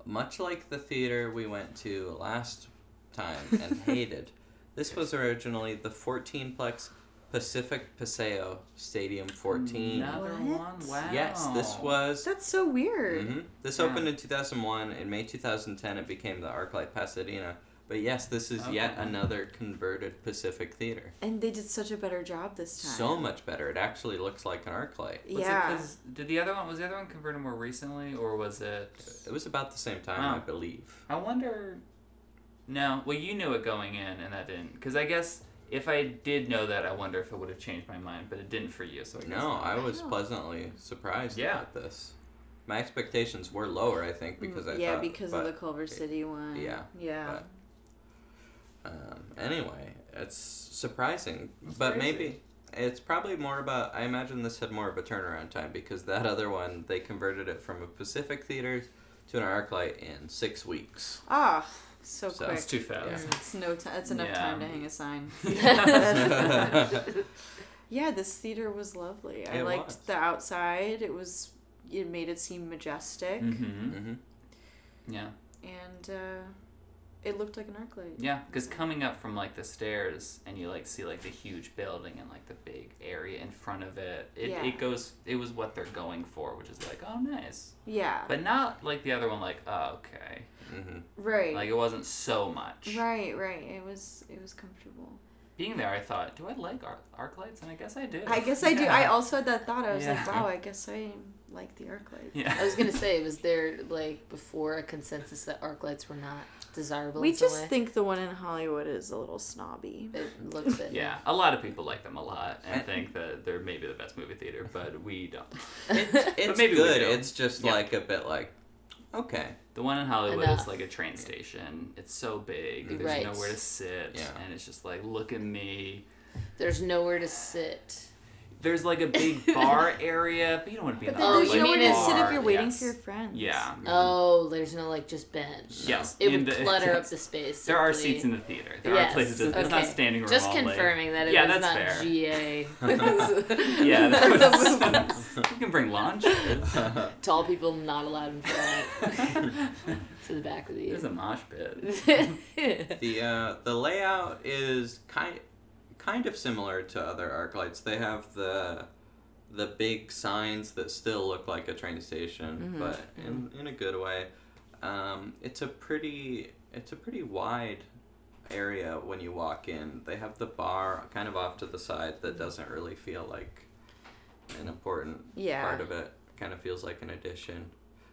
S1: much like the theater we went to last time and hated. This was originally the 14 plex Pacific Paseo Stadium 14.
S2: Another
S3: What?
S2: one. Wow.
S1: Yes, this was
S3: <laughs> That's so weird.
S2: Mm-hmm.
S1: hmm This
S2: Yeah.
S1: opened in 2001. In May 2010, it became the ArcLight Pasadena. But yes, this is yet
S2: Okay.
S1: another converted Pacific theater.
S3: And they did such a better job this time.
S1: So much better. It actually looks like an ArcLight.
S2: Was it
S3: yeah.
S2: 'cause- did the other one was the other one converted more recently or was it?
S1: It was about the same time, I
S2: Wow.
S1: believe.
S2: I wonder. No, well, you knew it going in, and that didn't. Because I guess if I did know that, I wonder if it would have changed my mind. But it didn't for you, so I guess
S1: No,
S2: not.
S1: I was
S4: Wow.
S1: pleasantly surprised
S2: Yeah.
S1: at this. My expectations were lower, I think, because I
S3: Mm, yeah,
S1: thought.
S3: because
S1: but,
S3: of the Culver City one.
S1: yeah,
S3: Yeah.
S1: Um, anyway, it's surprising, but
S2: crazy.
S1: maybe it's probably more about. I imagine this had more of a turnaround time because that <laughs> other one they converted it from a Pacific Theater to an ArcLight in six
S3: <laughs>
S1: weeks. <laughs>
S3: Ah, so,
S1: So
S3: quick.
S2: It's too fast.
S3: It's no time. It's enough
S2: Yeah.
S3: time to hang a sign.
S1: Mm-hmm, it
S3: Yeah, this theater was lovely. I
S1: It
S3: liked
S1: was.
S3: the outside. It was. It made it seem majestic,
S2: <laughs>
S1: hmm
S2: Mm-hmm. Yeah,
S3: and uh, it looked like an arc light.
S2: yeah. Because coming up from like the stairs, and you like see like the huge building and like the big area in front of it. It
S3: Yeah.
S2: it goes. It was what they're going for, which is like, oh, nice.
S3: Yeah.
S2: But not like the other one. Like, oh, okay.
S1: hmm
S3: right.
S2: Like it wasn't so much.
S3: right. Right. It was. It was comfortable.
S2: Being there, I thought, do I like arc, arc lights? And I guess I do.
S3: I guess I do. I
S2: Yeah.
S3: also had that thought. I was like,
S2: Yeah.
S3: wow. I guess I like the arc light.
S2: <laughs> Yeah.
S4: I was gonna say, was there like before a consensus that arc lights were not desirable?
S3: We
S4: in some
S3: just
S4: way?
S3: think the one in Hollywood is a little snobby.
S4: it looks
S2: <laughs>
S4: it.
S2: Yeah, a lot of people like them a lot and think that they're maybe the best movie theater, but we don't.
S4: <laughs>
S1: It's
S2: maybe we
S1: good.
S2: do.
S1: It's just
S2: Yeah.
S1: like a bit like, <laughs> okay,
S2: The one in Hollywood
S4: Enough.
S2: is like a train station. It's so big. There's
S4: Right.
S2: nowhere to sit,
S1: Yeah.
S2: and it's just like, look at me.
S4: There's nowhere to sit.
S2: There's like a
S4: <laughs>
S2: big bar area, but you don't want to be in
S3: But
S2: the
S3: then
S4: Oh,
S3: there's
S4: you
S2: like,
S3: nowhere to
S4: mean
S3: sit if
S2: bar.
S3: you're waiting
S2: yes.
S3: for your friends.
S2: Yeah.
S4: Oh, there's no like just bench.
S2: Yes.
S4: It
S2: Mm-hmm. in
S4: would
S2: the- <laughs>
S4: clutter up
S2: yes.
S4: the space.
S2: There are
S4: simply.
S2: seats in the theater. There
S4: Yes,
S2: are places. It's not
S4: okay.
S2: standing room
S4: Just
S2: only.
S4: confirming that it
S2: Yeah,
S4: was
S2: that's
S4: not
S2: fair.
S4: GA.
S2: <laughs> Yeah, <laughs>
S4: <laughs>
S2: that
S4: That's-
S2: was, you can bring lunch.
S4: Tall people not allowed in front
S2: <laughs>
S4: to the back of the.
S2: There's a mosh pit.
S1: <laughs>
S4: <laughs>
S1: the uh, the layout is kind kind of similar to other arc lights. They have the the big signs that still look like a train station,
S3: Mm-hmm.
S1: but in, in a good way. Um, it's a pretty it's a pretty wide area when you walk in. They have the bar kind of off to the side
S3: Mm-hmm.
S1: that doesn't really feel like an important
S3: Yeah.
S1: part of it. Kind of feels like an addition.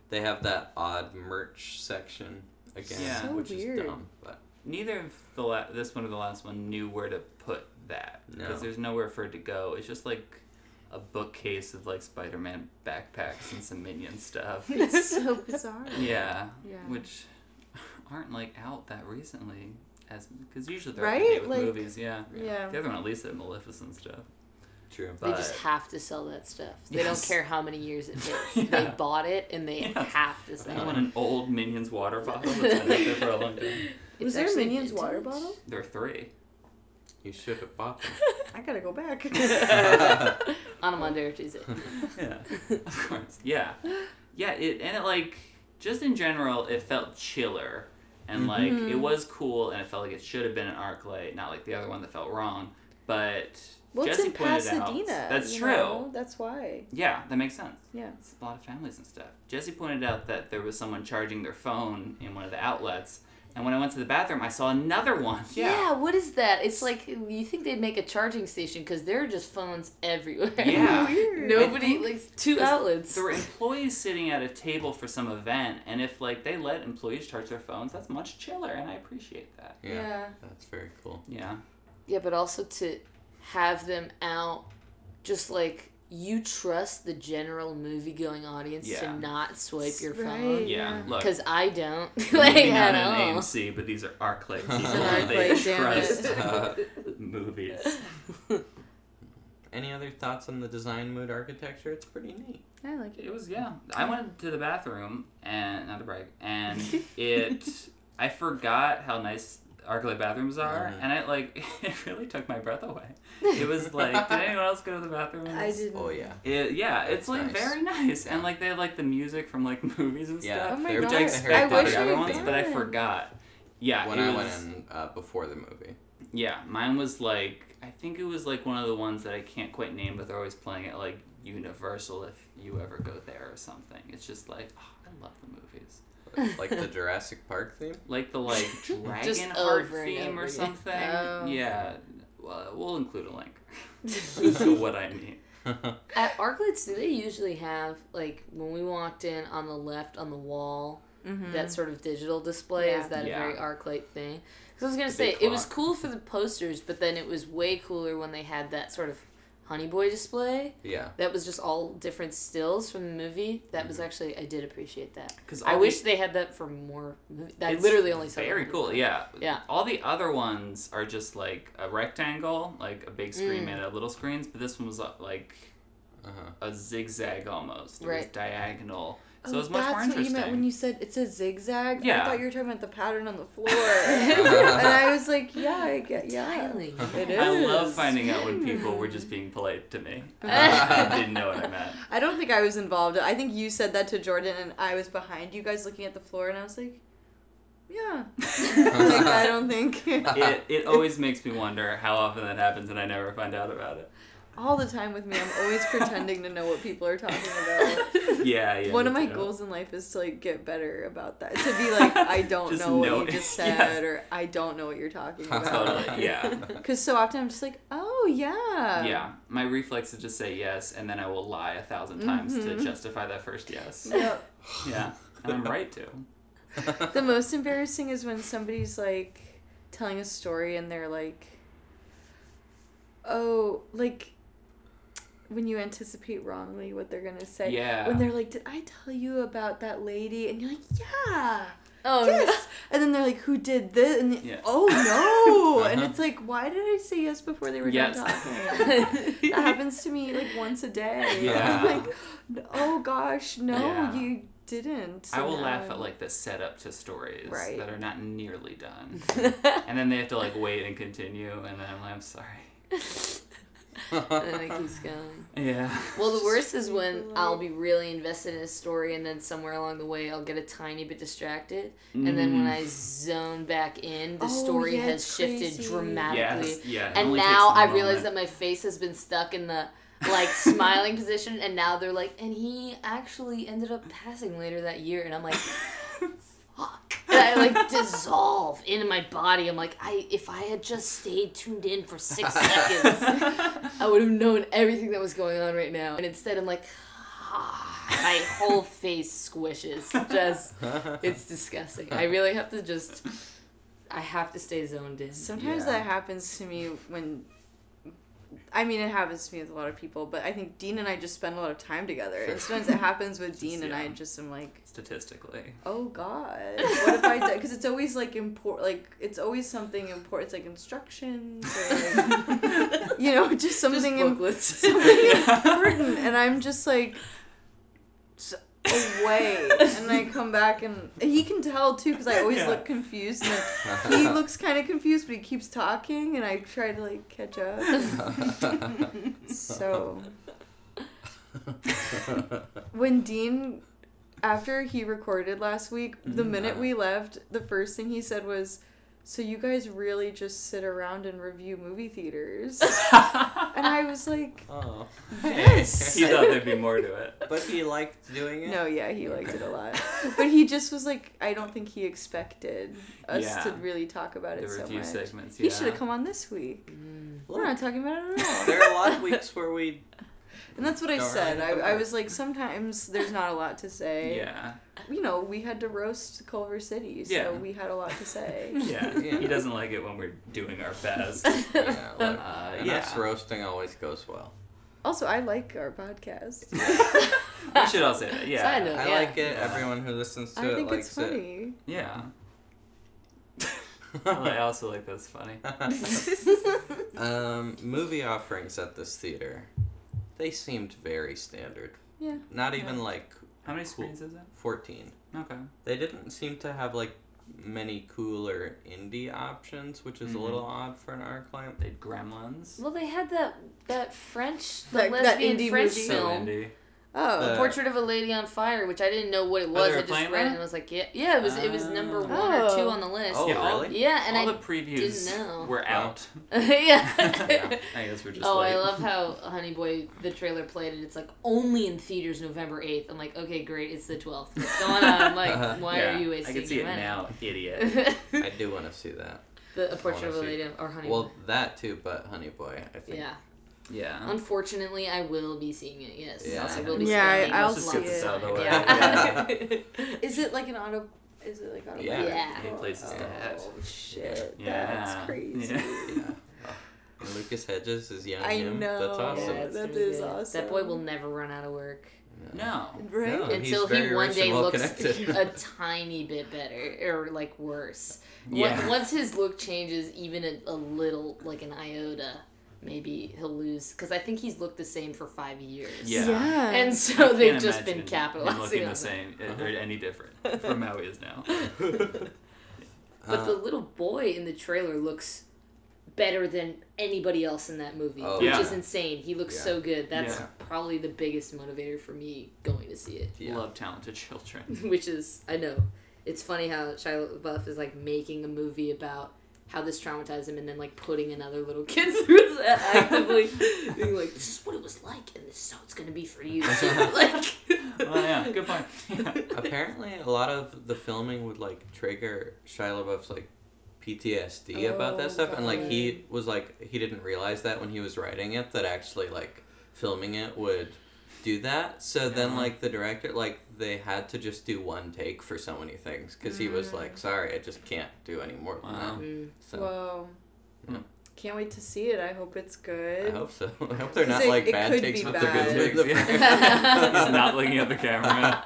S1: They have that odd merch section again,
S2: Yeah. So
S1: which
S3: weird.
S1: is dumb, but
S2: Neither of the la- this one or the last one knew where to put that
S1: No.
S2: because there's nowhere for it to go. It's just like a bookcase of like Spider-Man backpacks and some minion stuff.
S3: <laughs> It's so bizarre.
S2: Yeah,
S3: Yeah.
S2: which aren't like out that recently as because usually they're
S3: Right?
S2: right? with
S3: Like-
S2: movies. <laughs> Yeah.
S3: Yeah.
S2: The other one at least had Maleficent stuff.
S1: True.
S4: They just
S2: But-
S4: have to sell that stuff. They
S2: Yes.
S4: don't care how many years it
S2: <laughs>
S4: takes.
S2: Yeah.
S4: They bought it and they
S2: Yeah.
S4: have to
S2: I
S4: sell
S2: want
S4: it.
S2: an old Minions water bottle that's been out there for a long time.
S3: Was
S4: It's
S3: there a
S4: actually
S3: Minions water
S4: vintage.
S3: bottle?
S2: There are three.
S1: You should have bought them.
S3: I gotta go
S2: <laughs>
S3: back. <laughs>
S4: On a Monday or Tuesday.
S2: Yeah. <laughs> of course. Yeah. Yeah, it and it like just in general it felt chiller.
S3: Mm-hmm.
S2: And like it was cool and it felt like it should have been an arc light, not like the other one that felt wrong. But
S3: well, it's
S2: Jesse
S3: in
S2: pointed
S3: Pasadena.
S2: out that's
S3: you
S2: true.
S3: know? That's why.
S2: Yeah, that makes sense.
S3: Yeah.
S2: It's a lot of families and stuff. Jesse pointed out that there was someone charging their phone in one of the outlets, and when I went to the bathroom, I saw another one.
S4: <laughs>
S3: <laughs>
S4: Yeah. what is that? It's like you think they'd make a charging station because there are just phones everywhere.
S2: Yeah.
S3: Oh, Weird.
S4: <laughs> Nobody
S2: I
S4: like two
S2: Because
S4: outlets.
S2: There were employees sitting at a table for some event, and if like they let employees charge their phones, that's much chiller, and I appreciate that.
S1: Yeah.
S3: Yeah.
S1: That's very cool. <laughs>
S2: <laughs> Yeah,
S4: Yeah, but also to have them out, just like you trust the general movie going audience
S2: Yeah.
S4: to not swipe your
S3: Right.
S4: phone
S2: yeah.
S3: Yeah.
S2: Look,
S4: because I don't <laughs> like
S2: maybe
S4: at
S2: not an
S4: all.
S2: AMC, but these are ArcLight.
S1: These are
S2: they
S3: ArcLight, damn it.
S2: trust
S1: Uh,
S2: movies.
S4: <laughs>
S1: any other thoughts on the design mood architecture? It's pretty neat.
S3: I like it.
S2: It was yeah. I went to the bathroom and not to brag, and it. I forgot how nice ArcLight bathrooms are,
S1: Mhm.
S2: and it like <laughs> it really took my breath away. It was like, did anyone else go to the bathroom? in
S3: I
S2: this?
S3: didn't.
S1: Oh yeah.
S2: It, yeah, it's
S1: That's
S2: like
S1: nice.
S2: very nice, and like they had like the music from like <laughs> movies and
S1: Yeah.
S3: Oh
S2: stuff.
S3: my
S1: They were
S3: god.
S2: Which I
S1: Dark
S2: expected
S1: I
S2: at
S1: wish
S2: the
S1: I
S2: other
S1: had
S2: ones, but I
S3: gone.
S2: forgot. Yeah,
S1: when
S2: it
S1: I
S2: was,
S1: went in uh, before the movie.
S2: Yeah, mine was like I think it was like one of the ones that I can't quite name, but they're always playing at like Universal if you ever go there or something. It's just like oh, I love the movies,
S1: Like the Jurassic Park theme. <laughs>
S2: like the like
S4: <laughs> Just
S2: dragon heart
S4: over and
S2: theme
S4: over
S2: or
S4: again.
S2: something.
S3: Oh.
S2: Yeah, well, we'll include a
S4: <laughs>
S2: link <laughs> to what I mean.
S4: At Arclights, do they usually have like when we walked in on the left on the wall
S3: Mm-hmm.
S4: that sort of digital display?
S3: Hmm. Yeah.
S4: Is that
S2: Yeah.
S4: a very ArcLight thing? Because I was gonna
S2: The
S4: say
S2: big
S4: it was
S2: clock.
S4: cool for the posters, but then it was way cooler when they had that sort of Honey Boy display
S1: Yeah.
S4: that was just all different stills from the movie. That
S2: Hmm.
S4: was actually I did appreciate that.
S2: Because
S4: I wish they had that for more. Movie. I
S2: It's
S4: literally only saw
S2: Very
S4: that.
S2: cool, yeah.
S4: Yeah.
S2: All the other ones are just like a rectangle, like a big screen
S4: Mm.
S2: made out of little screens, but this one was uh, like
S1: Uh huh.
S2: a zigzag almost. It was
S4: Right.
S2: diagonal. So
S3: Oh,
S2: it was much more
S3: that's what you
S2: interesting.
S3: meant when you said it's a zigzag.
S2: Yeah.
S3: I thought you were talking about the
S2: <laughs>
S3: pattern on the floor, and I was like, yeah, I get, yeah.
S4: Tiling.
S3: <laughs> It
S4: <laughs>
S2: I love
S3: is.
S2: finding out when people were
S3: <laughs>
S2: just being polite to me. Uh, I didn't know what I meant.
S3: I don't think I was involved. I think you said that to Jordan, and I was behind you guys looking at the floor, and I was like, yeah.
S2: <laughs>
S3: like, <laughs> I don't think
S2: It, it always makes me wonder how often that happens and I never find out about it.
S3: all the time with me. I'm always pretending to know what people are talking about.
S2: Yeah, yeah.
S3: One of
S2: me
S3: my
S2: too.
S3: goals in life is to like get better about that.
S2: <laughs>
S3: To be like, I don't
S2: Just
S3: know what
S2: know-
S3: you just said,
S2: <laughs> Yes.
S3: or I don't know what
S2: <laughs>
S3: you're talking about.
S1: <laughs>
S2: Totally, yeah.
S3: Because so often I'm just like, oh yeah,
S2: Yeah, my reflex is to say yes, and then I will lie a thousand times to
S3: Mm-hmm.
S2: justify that first
S3: <laughs>
S2: yes.
S3: yeah.
S1: <laughs>
S2: Yeah, and I'm <laughs> right to.
S3: The most embarrassing is when somebody's like telling a story and they're like, oh, like when you anticipate wrongly what they're gonna say.
S2: Yeah.
S3: When they're like, did I tell you about that lady? And you're like, yeah.
S4: Oh,
S3: yes. And then they're like, who did this? And
S2: Yeah.
S3: oh no. And
S1: Uh-huh.
S3: it's like, why did I say yes before they were
S2: Yes.
S3: done
S2: <laughs>
S3: talking? that happens to me like once a day.
S2: Yeah.
S3: I'm like, "N- oh gosh, no,
S2: Yeah.
S3: you didn't.
S2: I will
S3: No."
S2: laugh at like the setup to stories
S3: Right.
S2: that are not nearly
S3: <laughs>
S2: done, and then they have to like wait and continue, and then I'm like, I'm sorry.
S4: and <laughs> then it keeps going.
S2: Yeah.
S4: Well, the worst
S3: Just
S4: is when
S3: manipulate.
S4: I'll be really invested in a story, and then somewhere along the way, I'll get a tiny bit distracted, and then
S2: Mm.
S4: when I zone back in, the
S3: Oh,
S4: story
S3: yeah,
S4: has
S3: it's
S4: shifted
S3: crazy.
S4: dramatically.
S2: Yes. Yeah. it
S4: And
S2: only
S4: now
S2: takes a
S4: I realize that
S2: moment.
S4: my face has been stuck in the
S2: <laughs>
S4: like smiling position, and now they're like, and he actually ended up passing later that year, and I'm like, fuck. And
S2: <laughs>
S4: I like dissolve into my body. I'm like, I if I had just stayed tuned in for
S2: <laughs>
S4: six seconds, I would have known everything that was going on right now. And instead, I'm like, my <laughs> whole face squishes. Just
S2: <laughs>
S4: it's disgusting. I really have to just. I have to stay zoned in. <laughs>
S3: Sometimes
S2: Yeah.
S3: that happens to me when I mean, it happens to me with a lot of people, but I think Dean and I just spend a lot of time together. And sometimes it
S2: <laughs>
S3: happens with Dean and I
S2: yeah.
S3: just am like,
S2: <laughs> statistically.
S3: oh God, what if I did? Because it's always like important, like, it's always something important. It's like instructions or, like, you know, just something, im-
S4: <laughs> booklets.
S3: <laughs> something important. And I'm just like, s- away. And I come back and he can tell too, because I always
S2: Yeah.
S3: look confused. And like,
S1: <laughs>
S3: he looks kind of confused, but he keeps talking, and I try to like catch up. So when Dean, after he recorded last week, the minute we left, the first thing he said was, "So you guys really just sit around and review movie theaters?" and I was like,
S1: oh.
S2: <laughs>
S3: Yes.
S2: he thought there'd be more to
S4: <laughs>
S2: it.
S1: But he liked doing it.
S3: "No, yeah, he liked it
S2: <laughs>
S3: a lot," but he just was like, "I don't think he expected us
S2: Yeah.
S3: to really talk about
S2: The
S3: it so
S2: review
S3: much."
S2: segments.
S3: He
S2: Yeah.
S3: should have come on this week. We're
S1: Look,
S3: not talking about
S2: <laughs>
S3: it at all.
S1: there are a lot of weeks where we.
S3: And that's what I
S1: Don't
S3: said.
S1: really
S3: I, I
S1: know.
S3: was like, sometimes there's not a lot to say.
S2: Yeah.
S4: <laughs>
S3: You know, we had to roast Culver City, so
S2: Yeah.
S3: we had a lot to say.
S2: <laughs> yeah.
S1: Yeah.
S2: He doesn't like it when we're doing our
S4: <laughs>
S2: best.
S1: Yeah, look,
S2: <laughs> Uh,
S1: and
S2: yeah.
S1: us roasting always goes well.
S3: also, I like our podcast.
S2: we should all say that. Yeah.
S4: Side note.
S1: I
S4: Yeah.
S1: like it.
S2: Yeah.
S1: Everyone who listens to
S3: I
S1: it
S3: think it's
S1: likes it.
S3: funny.
S1: <laughs>
S2: Yeah. Well, I also like that's funny.
S1: um, movie offerings at this theater, they seemed very standard.
S3: Yeah.
S1: Not
S2: Yeah.
S1: even like
S2: How many
S1: Cool.
S2: screens is it?
S1: 14.
S2: Okay.
S1: They didn't seem to have like many cooler indie options, which is
S2: Mhm.
S1: a little odd for an art clamp.
S2: They had Gremlins.
S4: Well, they had that that French, the
S3: That- that
S4: lesbian
S3: indie
S4: French
S3: movie.
S2: So
S4: film,
S2: indie. Uh,
S3: Oh.
S1: The-
S4: Portrait of a Lady on Fire, which I didn't know what it was.
S2: Oh, they were
S4: I just
S2: playing
S4: read
S2: that?
S4: it and I was like, yeah, yeah, it was it was number
S2: Oh.
S4: one or two on the list.
S1: Oh,
S2: Yeah, all-
S1: really?
S4: Yeah, and
S2: all
S4: I
S2: the previews
S4: didn't know.
S2: were
S4: <laughs>
S2: out. <laughs>
S4: yeah.
S2: I guess we're just
S4: Oh,
S2: like,
S4: I love how Honey Boy the trailer played, and it's like only in theaters November eighth. I'm like, okay, great, it's the twelfth. What's going on? Like, why
S2: Yeah,
S4: are you wasting
S2: I can see it
S4: your money? <laughs>
S2: now, idiot.
S1: I do want to see that.
S4: the a portrait of a
S1: Honestly.
S4: lady or Honey Boy.
S1: Well, that too, but Honey Boy, I think.
S4: Yeah.
S2: yeah.
S4: Unfortunately, I will be seeing it. Yes,
S1: Yeah.
S4: I will be.
S3: Yeah,
S4: spending
S3: I'll
S4: lots
S3: see
S4: of
S3: it.
S4: time.
S2: Out of the way. <laughs>
S4: <laughs>
S3: <laughs>
S4: Yeah.
S3: Is it like an auto? Is it like auto?
S1: Yeah.
S4: Yeah.
S2: He plays his dad.
S3: Oh shit!
S2: Yeah.
S3: That's crazy.
S2: Yeah.
S1: Oh. And Lucas Hedges is young.
S3: I
S1: him.
S3: know.
S1: That's awesome.
S4: Yeah, it's
S3: That
S4: gonna be
S3: is
S4: good.
S3: awesome.
S4: That boy will never run out of work
S2: <laughs> No.
S3: Right?
S1: No. Oh, he's
S4: until he
S1: very
S4: one
S1: rich
S4: day
S1: and well
S4: looks
S1: connected.
S4: <laughs> a tiny bit better or like worse. Wa-
S2: Yeah.
S4: Once his look changes even a, a little, like an iota, maybe he'll lose. Because I think he's looked the same for five years.
S2: Yeah.
S4: And
S2: I
S4: so Oh, they've
S2: can't
S4: just
S2: imagine
S4: been
S2: him
S4: capitalizing
S2: looking
S4: on
S2: the
S4: that.
S2: same uh, or any different from how he is now.
S4: But the
S1: Uh,
S4: little boy in the trailer looks better than anybody else in that movie,
S1: Oh,
S4: which
S2: Yeah.
S4: is insane. He looks
S1: Yeah.
S4: so good. That's
S2: Yeah.
S4: probably the biggest motivator for me going to see it.
S1: yeah.
S2: Love talented children.
S4: <laughs> Which is, I know, it's funny how Shia LaBeouf is like making a movie about how this traumatized him and then like putting another little <laughs> kid through that actively being like, this is what it was like and this is how it's gonna be for you.
S2: <laughs>
S4: too." <laughs> like,
S2: well, Oh, yeah. Good point. <laughs> Yeah.
S1: Apparently, a lot of the filming would like trigger Shia LaBeouf's like PTSD about
S4: Oh,
S1: that stuff, and like
S4: God.
S1: he was like he didn't realize that when he was writing it that actually like filming it would do that. So then
S2: Yeah.
S1: like the director like they had to just do one take for so many things because he was like, sorry, I just can't do any more than
S2: Mm. Wow.
S1: that.
S4: mm.
S1: So
S3: Whoa.
S2: Hmm.
S1: Yeah.
S3: Can't wait to see it. I hope it's good.
S1: I hope so. <laughs> I hope they're
S3: 'Cause
S1: not
S3: it-
S1: like
S3: it
S1: bad
S3: could
S1: takes,
S3: be
S1: but they're
S2: <laughs>
S3: bad.
S1: good takes.
S2: He's not looking at the
S4: <laughs>
S2: camera.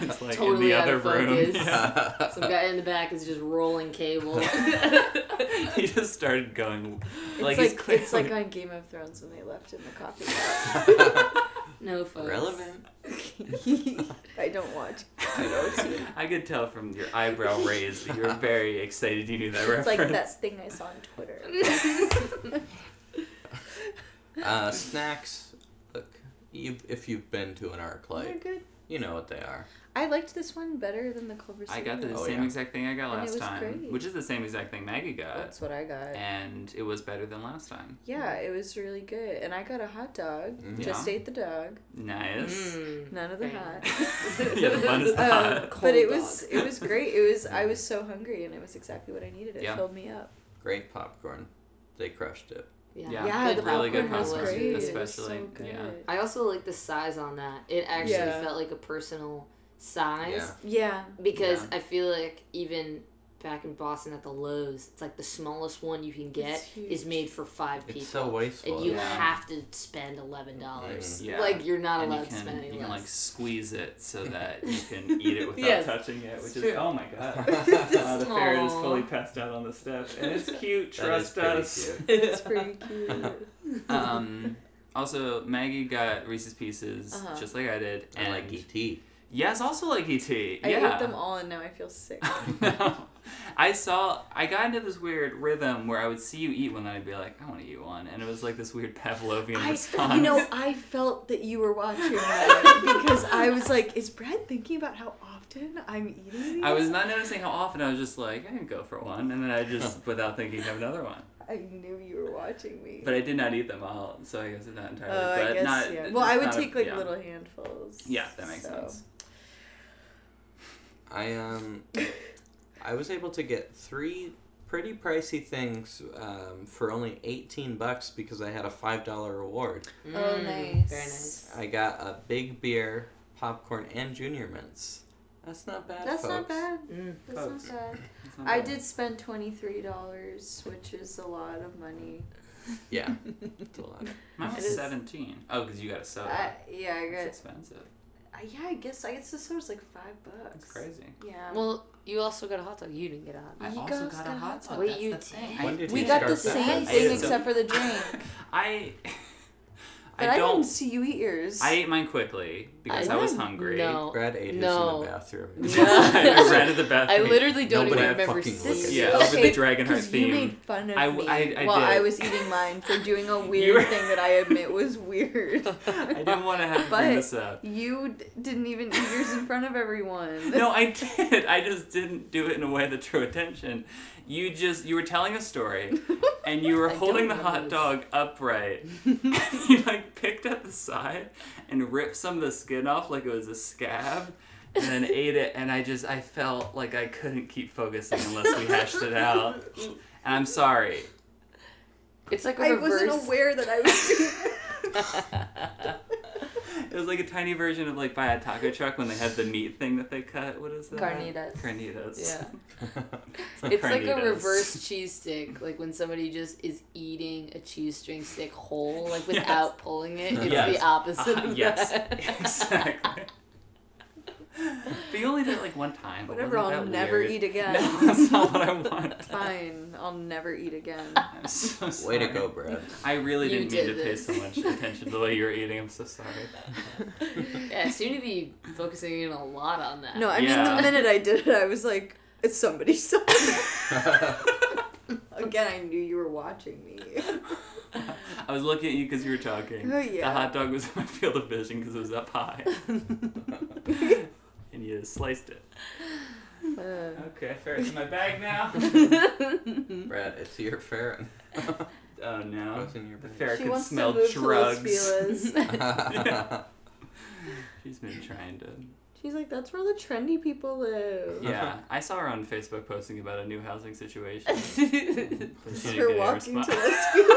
S2: He's like in
S4: Totally
S2: the
S4: out
S2: other
S4: of
S2: room.
S3: <laughs>
S4: focus.
S2: Yeah. <laughs>
S4: Mm. Some guy
S1: <laughs>
S4: in the back is just rolling cable. <laughs>
S2: He just started going like, he's
S3: it's like
S2: clearly
S3: it's like on Game of Thrones when they left in the coffee pot.
S1: <laughs>
S2: <laughs>
S4: no folks.
S1: Relevant.
S3: <laughs> I don't watch.
S2: <laughs> <laughs> I could tell from your eyebrow raise that you
S4: <laughs>
S2: were very excited you knew that
S3: It's like
S2: reference.
S3: that thing I saw on Twitter.
S2: <laughs>
S1: Uh, snacks. Look, you if you've been to an art
S3: They're
S1: club,
S3: good.
S1: you know what they are.
S3: I liked this one better than the Culver
S2: I
S3: City.
S2: got the
S1: Oh,
S2: same
S1: yeah.
S2: exact thing I got
S3: And it
S2: last
S3: was
S2: time,
S3: great.
S2: which is the same exact thing Maggie got,
S3: That's what I got.
S2: and it was better than last time.
S3: Yeah, it was really good, and I got a hot dog.
S1: Mhm.
S3: Just ate the dog.
S2: Nice.
S4: Mm.
S3: None of the
S4: Fair
S3: hot.
S2: <laughs> yeah, the
S3: <laughs>
S2: fun is the
S3: Um,
S2: hot.
S4: Cold
S3: but it was
S4: dog.
S3: it was great. It was I was so hungry, and it was exactly what I needed. It
S2: Yeah.
S3: filled me up.
S1: Great popcorn. They crushed it.
S4: Yeah,
S2: Yeah,
S3: Yeah,
S4: good
S3: the
S2: really good
S4: popcorn
S3: popcorn was
S2: popcorn,
S3: great.
S2: especially,
S3: it was so good.
S2: yeah.
S4: I also like the size on that. It actually
S3: Yeah.
S4: felt like a personal size
S1: Yeah.
S3: Yeah.
S4: because
S2: Yeah.
S4: I feel like even back in Boston at the Lowe's. It's like the smallest one you can get
S3: It's
S4: is
S3: huge.
S4: made for five people.
S1: It's so wasteful.
S4: and you <laughs>
S2: yeah.
S4: have to spend eleven dollars.
S2: Mm. Yeah.
S4: Like you're not
S2: and
S4: allowed
S2: you
S4: to
S2: can,
S4: spend any
S2: you can
S4: less.
S2: like squeeze it so that you can eat it without
S4: Yes,
S2: touching it, which
S4: it's
S2: is
S4: true.
S2: oh my god.
S1: <laughs>
S2: <laughs>
S1: That
S2: Uh, the ferret is
S4: Aw.
S2: fully passed out on the step, and it's cute.
S1: is
S2: Trust
S1: pretty
S2: us.
S1: cute.
S3: <laughs> It's <laughs> pretty cute.
S2: <laughs> um, also, Maggie got Reese's Pieces
S4: Uh-huh.
S2: just like I did,
S1: I
S2: and
S1: like ET.
S2: yes, also like ET.
S3: I
S2: yeah.
S3: ate them all and now I feel
S2: <laughs>
S3: sick.
S2: I saw. I got into this weird rhythm where I would see you eat one, and I'd be like, "I want to eat one," and it was like this weird <laughs> Pavlovian
S3: I,
S2: response.
S3: you
S2: <laughs>
S3: know, I felt that you were watching that <laughs> because I was like, is Brad thinking about how often I'm eating these?
S2: I was not noticing how often I was just like, I can go for one, and then I just,
S1: <laughs>
S2: without thinking, have another one.
S3: I knew you were watching me.
S2: But I did not eat them all, so I guess it's not entirely.
S3: Oh,
S2: but
S3: I guess
S2: not,
S3: yeah.
S2: it's
S3: Well, I would
S2: not a-
S3: take like
S2: yeah.
S3: little handfuls.
S2: Yeah, that makes
S3: so. <laughs>
S2: sense.
S1: I um,
S3: Oh,
S1: I was able to get three pretty pricey things um, for only eighteen bucks because I had a five dollar reward.
S3: Oh, nice.
S4: Mm, Very nice.
S1: I got a big beer, popcorn, and junior mints. That's not bad.
S3: That's
S1: folks.
S3: not bad.
S4: Mm.
S3: That's
S2: Folks.
S3: not bad.
S2: It's not
S3: I
S2: bad.
S3: did spend twenty three dollars, which is a lot of money.
S1: Yeah, it's a lot.
S2: Mine
S3: It
S2: was
S3: is-
S2: seventeen. Oh, because you got a soda.
S3: I, yeah, I
S2: It's
S3: got.
S2: expensive.
S3: I- Yeah, I guess I guess this was like five bucks.
S2: That's crazy.
S3: Yeah.
S4: Well, you also got a hot dog. You didn't get a hot dog.
S2: I
S3: You
S2: also
S3: guys
S2: got a
S3: got a
S2: hot
S3: hot
S2: dog.
S4: dog. Wait,
S2: That's
S4: you
S2: the
S4: did?
S2: thing. I
S1: When did
S3: we
S1: you
S3: got the
S1: start that?
S3: same
S4: I
S3: thing
S4: did.
S2: <laughs>
S3: except for the drink. <laughs>
S2: I,
S3: But
S2: I,
S3: I,
S2: don't.
S3: didn't see you eat yours.
S2: I ate mine quickly because I, was
S4: didn't-
S2: hungry.
S4: No.
S1: Brad ate his in
S4: No.
S1: the bathroom.
S4: No.
S2: <laughs>
S3: <laughs>
S2: I ran to the
S4: I
S2: bathroom.
S4: literally don't
S1: Nobody
S4: even remember
S1: fucking
S4: seeing
S1: looked
S4: it.
S1: at
S2: Yeah,
S3: Okay,
S2: over the Dragonheart
S3: Because you
S2: theme.
S3: made fun of
S2: I-
S3: me
S2: I- I
S3: while
S2: did.
S3: I was eating mine for
S2: <laughs>
S3: doing a weird
S2: were-
S3: thing that I admit was weird.
S2: <laughs> I didn't want to have to
S3: But-
S2: bring this up.
S3: <laughs> You d- didn't even eat yours in front of everyone.
S2: No, I did. I just didn't do it in a way that drew attention. You just you were telling a
S4: <laughs>
S2: story, and you were
S4: I
S2: holding the
S4: don't
S2: hot
S4: know this.
S2: dog
S4: <laughs>
S2: upright. <laughs> and you like picked at the side and ripped some of the skin off like it was a scab, and then
S4: <laughs>
S2: ate it. And I just I felt like I couldn't keep focusing unless we hashed it out. And I'm sorry.
S4: <laughs> It's like a
S3: I
S4: reverse.
S3: wasn't aware that I was doing
S2: It was like a tiny version of like by a taco truck when they had the meat thing that they cut. What is that?
S4: <laughs> Carnitas.
S2: Carnitas.
S4: Yeah.
S2: <laughs> It's,
S4: <laughs> It's like a
S2: carnitas.
S4: reverse cheese stick, like when somebody just is eating a cheese string stick whole, like
S2: Yes.
S4: without pulling it. It's
S2: Yes.
S4: the opposite
S2: Uh,
S4: of
S2: yes,
S4: that. <laughs>
S2: exactly. but you only did it like one time. but
S3: <laughs> Whatever,
S2: wasn't
S3: I'll
S2: that
S3: never
S2: weird? <laughs>
S3: eat again.
S2: No, that's
S3: <laughs>
S2: not what I want.
S3: Fine, I'll never eat again.
S2: I'm
S1: <laughs>
S2: so
S1: Way
S2: sorry.
S1: to go, Brad.
S2: I really
S4: You
S2: didn't mean to
S4: did
S2: pay
S4: this.
S2: so much attention to the way you were eating. I'm so sorry.
S4: yeah, I seem to be focusing in a lot on that.
S3: No, I mean
S2: Yeah.
S3: the minute I did it, I was like, it's somebody
S2: <laughs>
S3: saw me." Again, I knew you were watching me.
S2: <laughs>
S3: <laughs>
S2: I was looking at you because you were talking.
S3: Oh, yeah.
S2: The hot dog was in my field of vision because it was up
S3: <laughs>
S2: high. and you sliced it. Uh-huh.
S3: Uh,
S2: Okay, fair. It's in my bag now.
S1: Brad, it's your ferret.
S2: <laughs> oh no.
S1: What's in your <laughs>
S2: The
S1: bag?
S2: ferret
S3: she
S2: could
S3: wants
S2: smell
S3: to move to
S2: drugs. <laughs>
S3: Los Feliz.
S2: She's been trying to
S3: She's like, that's where the trendy people live.
S2: Yeah, I saw her on Facebook posting about a new housing
S3: <laughs>
S2: situation. But she didn't
S3: Her
S2: get any
S3: walking to
S2: response.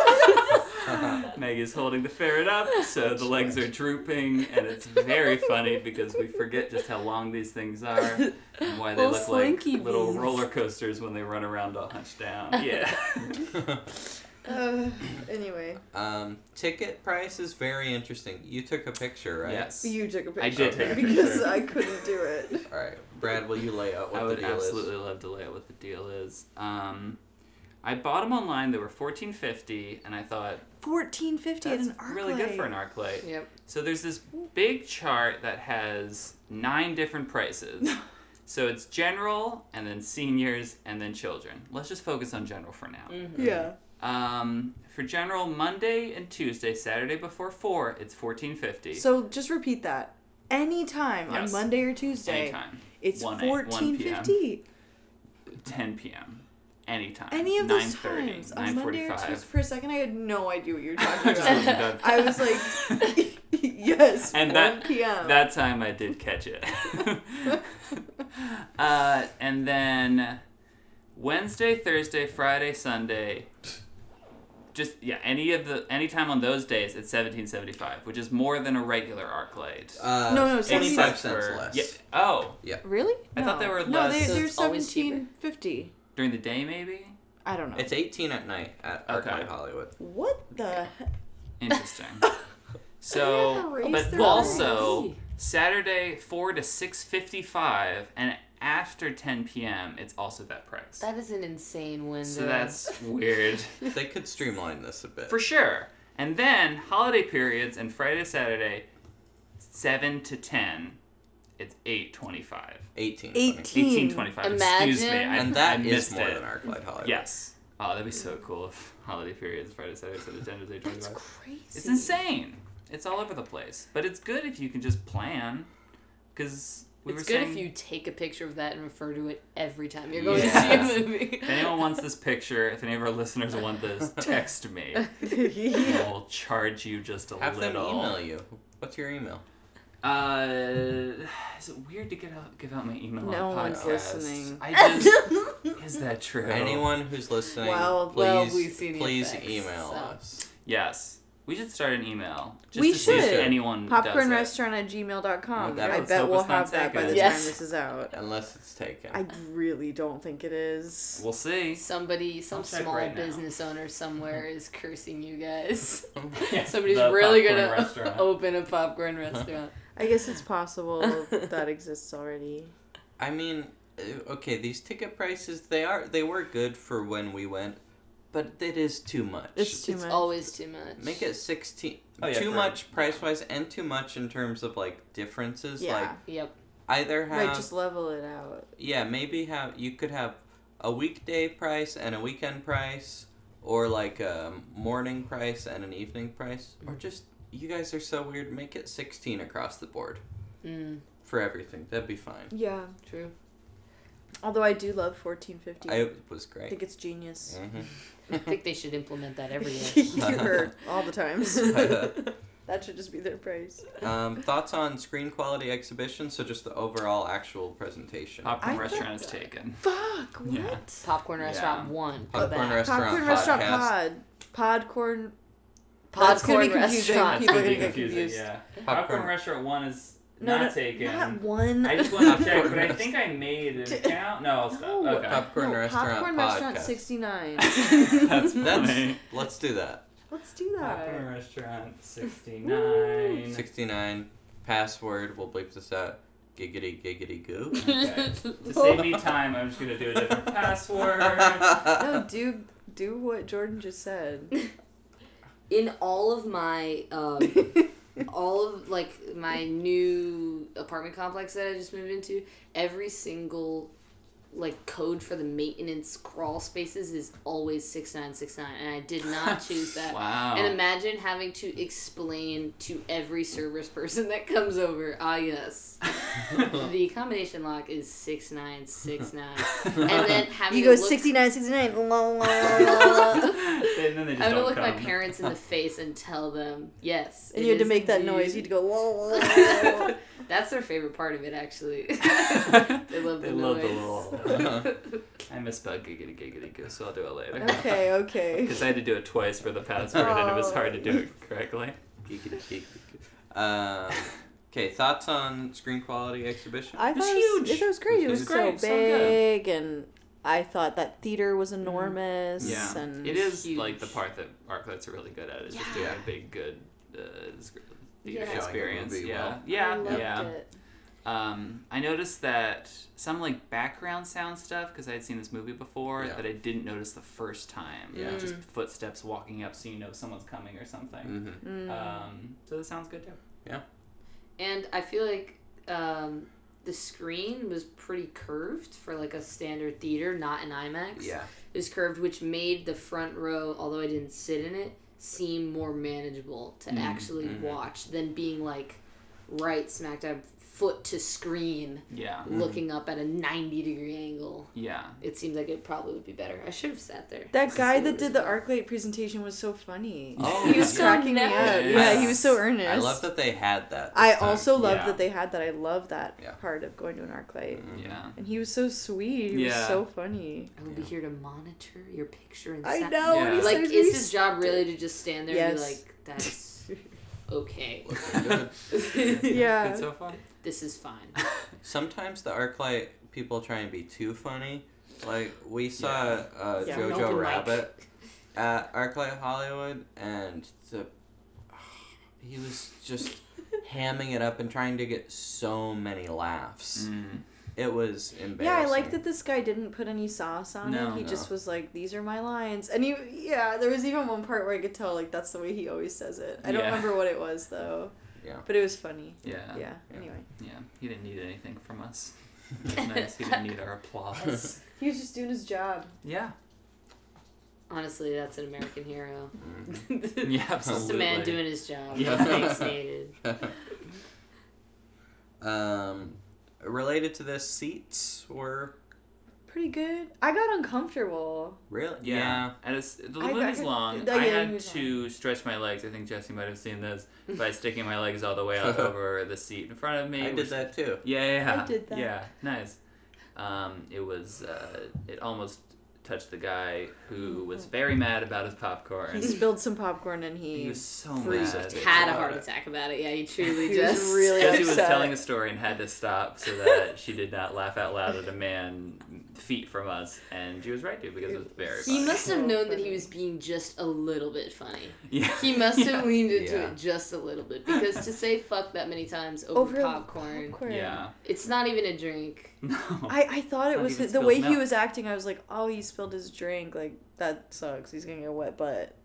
S3: Los
S2: <laughs>
S3: Feliz.
S2: Meg is holding the ferret up, so the legs are drooping, and it's very funny because we forget just how long these things are and why they
S4: Little
S2: look like
S4: slinky
S2: little
S4: beans.
S2: roller coasters when they run around all hunched down. Yeah.
S3: uh, anyway,
S1: <laughs> um, ticket price is very interesting. You took a picture, right?
S2: Yes.
S3: you took a picture.
S2: I did take a
S3: Because
S2: picture.
S3: I couldn't do
S2: <laughs>
S3: it.
S1: All right, Brad, will you lay out what
S2: I
S1: the
S2: would
S1: deal
S2: absolutely love to lay out what the deal is. Um, I bought them online. They were fourteen fifty, and I thought
S3: Fourteen fifty at
S2: that's
S3: an arc
S2: really good for an
S3: light.
S2: arc light.
S4: <laughs> Yep.
S2: So there's this big chart that has nine different
S3: <laughs>
S2: prices. so it's general, and then seniors, and then children. Let's just focus on general for now.
S4: Mm-hmm.
S3: Yeah.
S2: Um, for general, Monday and Tuesday, Saturday before four, it's fourteen fifty.
S3: So just repeat that. Anytime
S2: Yes.
S3: on Monday or Tuesday,
S2: anytime,
S3: it's
S2: 1 a- 1
S3: fourteen fifty.
S2: ten p.m., anytime,
S3: Any of those
S2: 9:30,
S3: times on Monday or
S2: 9:45.
S3: Tuesday.
S2: <laughs>
S3: For a second, I had no idea what you were talking
S2: Just
S3: about.
S2: looking down.
S3: I
S2: <laughs>
S3: was like, <laughs> yes,
S2: And
S3: one
S2: that-
S3: p.m.
S2: That time I did catch it. uh, and then Wednesday, Thursday, Friday, Sunday. Just yeah, any of the any time on those days it's seventeen seventy five, which is more than a regular arc light.
S1: is. Uh,
S3: No, no,
S1: eighty-five
S2: Except
S1: cents
S2: for-
S1: less.
S2: Yeah, oh,
S3: really?
S2: I thought they were
S3: No, they,
S2: less.
S4: So
S3: they're
S4: it's always cheaper.
S3: seventeen fifty fifty.
S2: During the day, maybe?
S3: I don't know.
S1: It's 18 at night at
S2: Okay.
S1: Arclight Hollywood.
S3: what
S2: <laughs>
S3: the? he-
S2: Interesting. so,
S3: They have a race
S2: but
S3: their
S2: also
S4: own.
S2: Saturday four to six fifty five, and after ten p.m. it's also that price.
S4: That is an insane window.
S2: so that's weird
S1: They could streamline this a bit.
S2: for sure. And then holiday periods and Friday to Saturday, seven to ten, it's eight twenty five.
S1: 18.
S2: Eighteen
S3: Eighteen.
S2: twenty five. Excuse me,
S4: Imagine-
S2: I,
S1: And that is
S2: I missed
S1: more
S2: it.
S1: than Arclight Hollywood.
S2: Yes. Oh, that'd be so cool if holiday periods Friday Saturday Sunday ten to eight twenty
S4: That's
S2: five.
S4: crazy.
S2: It's insane. It's all over the place. But it's good if you can just plan. Because we
S4: it's
S2: were
S4: good
S2: saying,
S4: if you take a picture of that and refer to it every time you're going
S2: Yeah.
S4: to see a
S2: <laughs>
S4: movie.
S2: <laughs> if anyone wants this picture, if any of our listeners want
S4: <laughs>
S2: this, text me.
S3: yeah.
S2: And we'll charge you just a
S1: Have them
S2: little.
S1: email you. What's your email?
S2: Uh, is it weird to get out, give out my email on
S3: No
S2: a
S3: one's
S2: podcast?
S3: listening.
S2: I just,
S3: <laughs>
S2: is that true?
S1: Anyone who's listening,
S3: Well,
S1: please,
S4: well, we've seen the
S1: please
S4: effects,
S1: email
S4: so.
S1: us.
S2: Yes. We should start an email. Just
S3: We
S2: to see if
S1: should.
S2: anyone
S3: Popcorn
S2: does it.
S3: restaurant at gmail.com.
S1: Well,
S3: I
S1: let's
S3: bet
S2: hope
S3: we'll
S2: it's not
S3: have that by the
S2: taken.
S4: Yes.
S3: time this is out.
S1: Unless it's taken.
S3: I really don't think it is.
S2: We'll
S3: <laughs>
S2: see.
S4: <laughs> Somebody,
S2: I'll
S4: some
S2: check
S4: small
S2: right now. Mm-hmm.
S4: business owner somewhere is cursing you guys.
S2: <laughs> Yeah,
S4: Somebody's
S2: the
S4: really
S2: popcorn
S4: gonna
S3: <laughs>
S2: restaurant.
S4: <laughs>
S3: Oh.
S4: open
S2: <laughs>
S4: a popcorn restaurant.
S3: I guess it's
S4: <laughs>
S3: possible that exists already.
S1: I mean, uh, okay, these ticket prices they are they were good for when we went, but it is too much.
S3: It's too
S4: it's
S3: much.
S4: always too much.
S1: Make it sixteen.
S2: Oh, yeah,
S1: too
S2: for-
S1: much price wise and too much in terms of like differences.
S3: Yeah.
S1: Like
S4: Yep.
S1: either have
S3: Like just level it out.
S1: yeah maybe have you could have a weekday price and a weekend price or like a morning price and an evening price or
S3: Mm-hmm.
S1: just you guys are so weird. Make it sixteen across the board
S4: Mm,
S1: for everything. That'd be fine.
S3: Yeah.
S4: true.
S3: Although I do love fourteen fifty.
S1: I
S3: I
S1: it was great.
S3: think it's genius.
S1: Mhm.
S3: <laughs>
S4: I think they should implement that every year.
S3: Or all the times. that should just be their price.
S1: <laughs> Um, thoughts on screen quality exhibition? So just the overall actual presentation.
S2: Popcorn
S3: I thought
S2: restaurant is
S3: that-
S2: taken.
S3: Fuck what?
S2: Yeah.
S4: Popcorn restaurant
S2: Yeah.
S4: one. Go
S1: Popcorn
S4: back.
S1: restaurant.
S3: Popcorn restaurant
S1: podcast.
S3: pod. Podcorn. That's gonna be
S4: Popcorn
S3: confusing.
S4: restaurant.
S3: People are
S2: That's
S3: gonna get
S2: confusing,
S3: confused.
S2: Yeah. Popcorn,
S1: Popcorn.
S2: restaurant one is
S3: No,
S2: not
S3: no,
S2: taken.
S3: Not one.
S2: I
S3: <laughs>
S2: just want to check,
S1: Popcorn
S2: but I
S1: rest-
S2: think I made an
S3: T-
S2: account. No, I'll stop.
S3: No.
S2: Okay.
S1: Popcorn
S3: No,
S1: restaurant.
S3: Popcorn
S1: podcast.
S3: restaurant sixty nine.
S1: <laughs> That's
S2: That's funny.
S1: let's do that.
S3: <laughs> Let's do
S1: <laughs>
S2: Popcorn
S3: that.
S2: restaurant sixty nine.
S1: Sixty nine password. We'll bleep this out. Giggity giggity goo.
S2: <laughs> Okay.
S4: <laughs>
S2: To save me time, I'm just gonna do a <laughs>
S1: <laughs>
S2: different password.
S1: Uh-huh.
S3: No, do do what Jordan
S1: <laughs>
S3: just said.
S4: In all of my um,
S3: <laughs>
S4: all of like my new apartment complex that I just moved into, every single like code for the maintenance crawl spaces is always six nine six nine, and I did
S2: <laughs>
S4: not choose that.
S2: Wow. <laughs>
S4: And imagine having to explain to every service person that comes over.
S2: <laughs>
S4: Ah, yes, the combination lock is six
S2: <laughs>
S4: nine six nine, and then having
S3: you
S4: to
S3: go
S4: look-
S3: sixty nine, sixty nine.
S4: <laughs>
S2: and
S3: And
S2: then they just
S4: I'm gonna
S2: don't
S4: look
S2: come.
S4: my
S2: <laughs>
S4: parents in the face and tell them yes. it
S3: you had to
S4: is
S3: make that
S4: indeed.
S3: noise. You had to go.
S4: <laughs> That's their favorite part of it, actually. <laughs> they love
S2: They
S4: the
S2: love the
S3: <laughs>
S4: noise.
S2: <laughs> I misspelled giggity giggity goo, so I'll do it later. <laughs>
S1: <laughs>
S3: Okay, okay.
S2: Because I had to do it twice for the password, and it was hard to do
S4: Oh.
S2: it correctly.
S1: giggity giggity goo. Um, okay, thoughts on screen quality exhibition?
S3: I
S2: was
S3: thought it was,
S2: huge.
S3: it was great. It
S1: It
S3: was,
S1: was
S2: great,
S3: so
S2: so good. Mm-hmm.
S3: big, and I thought that theater was enormous.
S2: Yeah.
S3: and
S2: It is
S4: huge.
S2: like the part that ArcLights are really good at is just doing
S1: Yeah.
S2: a big good uh, sc- theater
S4: Yeah. Showing
S1: the
S2: experience.
S1: movie
S2: yeah,
S1: well.
S3: I
S2: yeah,
S3: loved
S2: yeah.
S3: it.
S2: Um, I noticed that some like background sound stuff because I had seen this movie before
S1: Yeah.
S2: that I didn't notice the first time.
S1: Yeah.
S2: just
S4: Mm.
S2: footsteps walking up, so you know someone's coming or something.
S1: hmm
S3: Mm.
S2: Um, so that sounds good too.
S4: And I feel like um, the screen was pretty curved for like a standard theater, not an IMAX.
S1: Yeah.
S4: It was curved, which made the front row, although I didn't sit in it, seem more manageable to actually
S1: mhm.
S4: watch than being like right smack dab foot to screen,
S2: Yeah,
S4: looking up at a ninety degree angle.
S2: yeah.
S4: It seems like it probably would be better. I should have sat there.
S3: that guy that
S4: Absolutely.
S3: did the ArcLight presentation was so funny.
S1: Oh,
S3: he was
S1: yeah.
S3: cracking me up.
S2: nice.
S3: Yeah, he was so earnest.
S1: I love that they had that.
S3: I
S1: this time.
S3: also love
S2: Yeah.
S3: that they had that. I love that
S1: Yeah.
S3: part of going to an ArcLight.
S1: Mhm.
S4: <laughs>
S2: Yeah.
S3: And he was so sweet. He
S2: Yeah.
S3: was so funny.
S4: I will be here to monitor your picture and
S3: I
S4: sound."
S3: know.
S2: Yeah.
S3: and he
S4: Like,
S3: started
S4: is
S3: being
S4: his job really to just stand there and be
S3: Yes.
S4: like,
S3: <laughs>
S4: that's okay.
S3: Yeah.
S2: Good so far.
S4: this is fine.
S1: Sometimes the ArcLight people try and be too funny, Like we saw uh,
S5: Yeah, Milk
S1: Jojo
S5: and
S1: Rabbit at ArcLight Hollywood, and the he was just
S3: <laughs>
S1: hamming it up and trying to get so many laughs.
S2: Mm.
S1: It was embarrassing.
S3: Yeah, I like that this guy didn't put any sauce on
S2: No,
S3: it. He
S1: no.
S3: just was like, "These are my lines," and he yeah. There was even one part where I could tell like that's the way he always says it. I don't
S2: Yeah.
S3: remember what it was though.
S1: Yeah.
S3: But it was funny.
S2: Yeah,
S3: Yeah.
S2: yeah.
S1: Yeah.
S3: Anyway,
S2: He didn't need anything from us. It was nice. He didn't need our applause.
S3: he was just doing his job.
S2: <laughs> Yeah.
S4: Honestly, that's an American hero.
S1: Mhm.
S2: Yeah,
S4: Just a
S2: absolutely.
S4: man doing his job.
S2: Yeah.
S1: <laughs>
S4: Thanks, needed.
S1: um, related to this, seats were
S3: Pretty good. I got uncomfortable.
S1: really
S2: Yeah. and it's the
S3: I- I
S2: movie's
S3: could-
S2: long.
S3: yeah,
S2: I
S3: the
S2: had
S3: movie's
S2: to stretch my legs. I think Jesse might have seen
S4: <laughs>
S2: this by sticking my legs all the way out over the seat in front of me.
S1: I
S2: which-
S1: did that too.
S2: Yeah, yeah, yeah.
S3: I did that.
S2: Yeah, nice. Um, it was. Uh, it almost touched the guy who was very mad about his popcorn.
S3: He spilled some popcorn and he,
S2: He was so
S3: Freezed.
S2: mad.
S4: Had a heart attack about it.
S3: <laughs>
S4: Yeah, he truly
S3: He was
S4: just
S3: really
S2: Jesse
S4: <laughs>
S2: was
S3: upset.
S2: telling a story and had to stop so that she did not laugh out loud at a man feet from us, and she was right to because it was very.
S4: He
S2: funny.
S4: must
S3: So
S4: have known that he
S3: funny.
S4: was being just a little bit funny.
S2: <laughs> <laughs> Yeah.
S4: He must have leaned into
S1: Yeah.
S4: it just a little bit because to say fuck that many times over,
S3: Over
S4: popcorn,
S3: popcorn.
S2: Yeah.
S4: it's not even a drink.
S2: No. <laughs>
S3: I, I thought
S2: It's
S3: it
S2: not
S3: was
S2: even
S3: his, the way
S2: spilled
S3: he
S2: milk.
S3: was acting. I was like, oh, he spilled his drink. Like that sucks. He's gonna get a wet butt.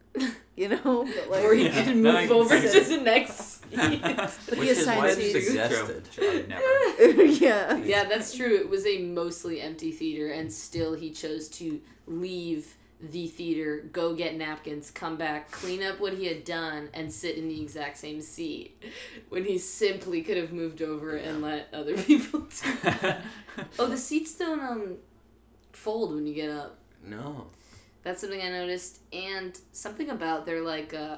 S3: You know, but like,
S4: or he
S2: Yeah.
S4: can
S2: No,
S4: move over to
S3: exactly.
S4: the next
S2: <laughs>
S4: seat.
S3: But he
S1: Which
S3: has
S1: is why
S3: science
S1: it's
S3: teeth.
S1: suggested.
S2: Joe, never.
S3: <laughs> yeah.
S4: yeah, that's true. It was a mostly empty theater, and still he chose to leave the theater, go get napkins, come back, clean up what he had done, and sit in the exact same seat when he simply could have moved over and let other <laughs> people do
S2: <laughs>
S3: <laughs>
S4: Oh, the seats don't um fold when you get up.
S1: No.
S4: That's something I noticed, and something about their like uh,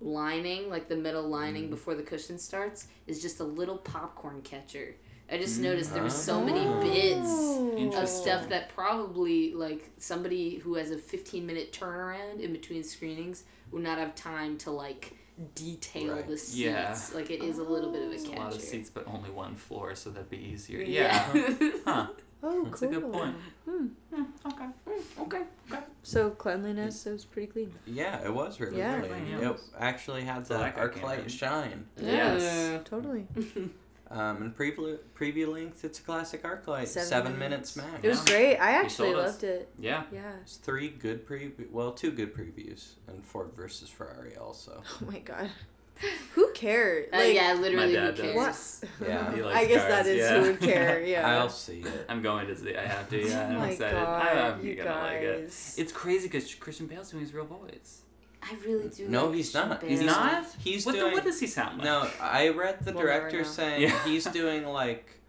S4: lining, like the metal lining before the cushion starts, is just a little popcorn catcher. I just noticed there were so many
S2: Mm-hmm.
S1: Oh.
S4: bits of
S2: Interesting.
S4: stuff that probably like somebody who has a 15 minute turnaround in between screenings would not have time to like detail
S1: Right.
S4: the seats.
S2: Yeah.
S4: Like it is a little bit of a
S2: There's
S4: catcher.
S2: a lot of seats, but only one floor, so that'd be easier. Yeah.
S4: <laughs>
S2: Huh.
S3: Oh,
S2: That's
S3: cool. Hmm.
S2: a good point. Hmm, Okay.
S4: okay.
S3: So cleanliness, it was pretty clean.
S1: Yeah, it was really
S3: Yeah.
S1: clean.
S2: Yeah.
S1: It actually had
S2: So
S1: that
S2: like I
S1: arc
S2: came
S1: light
S2: in.
S1: shine.
S2: Yes.
S3: Totally.
S4: Uh,
S2: <laughs>
S1: Um, and preview preview length, it's a classic arc light. Seven,
S3: Seven
S1: minutes.
S3: minutes.
S1: max.
S3: It was great. I actually
S2: sold us.
S3: loved it.
S2: Yeah.
S3: Yeah.
S1: It's three good preview. Well, two good previews, and Ford versus Ferrari also.
S3: Oh my god. <laughs> Who cared?
S4: Uh, yeah, literally,
S2: My
S4: who
S2: dad does.
S4: cares?
S3: What?
S1: Yeah.
S3: <laughs>
S1: He
S3: I
S2: likes
S3: guess
S2: cars,
S3: that is
S2: yeah.
S3: who
S2: <laughs>
S3: would care. Yeah.
S1: I'll see it.
S2: I'm going to see. I have to.
S3: <laughs> oh
S2: Yeah. I'm
S3: my
S2: excited.
S3: god.
S2: I am
S3: you
S2: gonna like it.
S3: guys.
S2: It's crazy because Christian Bale's doing his real voice.
S4: I really do.
S1: No,
S4: like
S1: he's
S4: Christian
S1: not.
S2: He's
S4: Bale.
S2: not.
S1: He's
S2: what,
S1: doing.
S2: the, what does he sound like?
S1: no, I read the
S4: We'll never
S1: director
S4: know.
S1: saying
S2: Yeah.
S1: he's doing like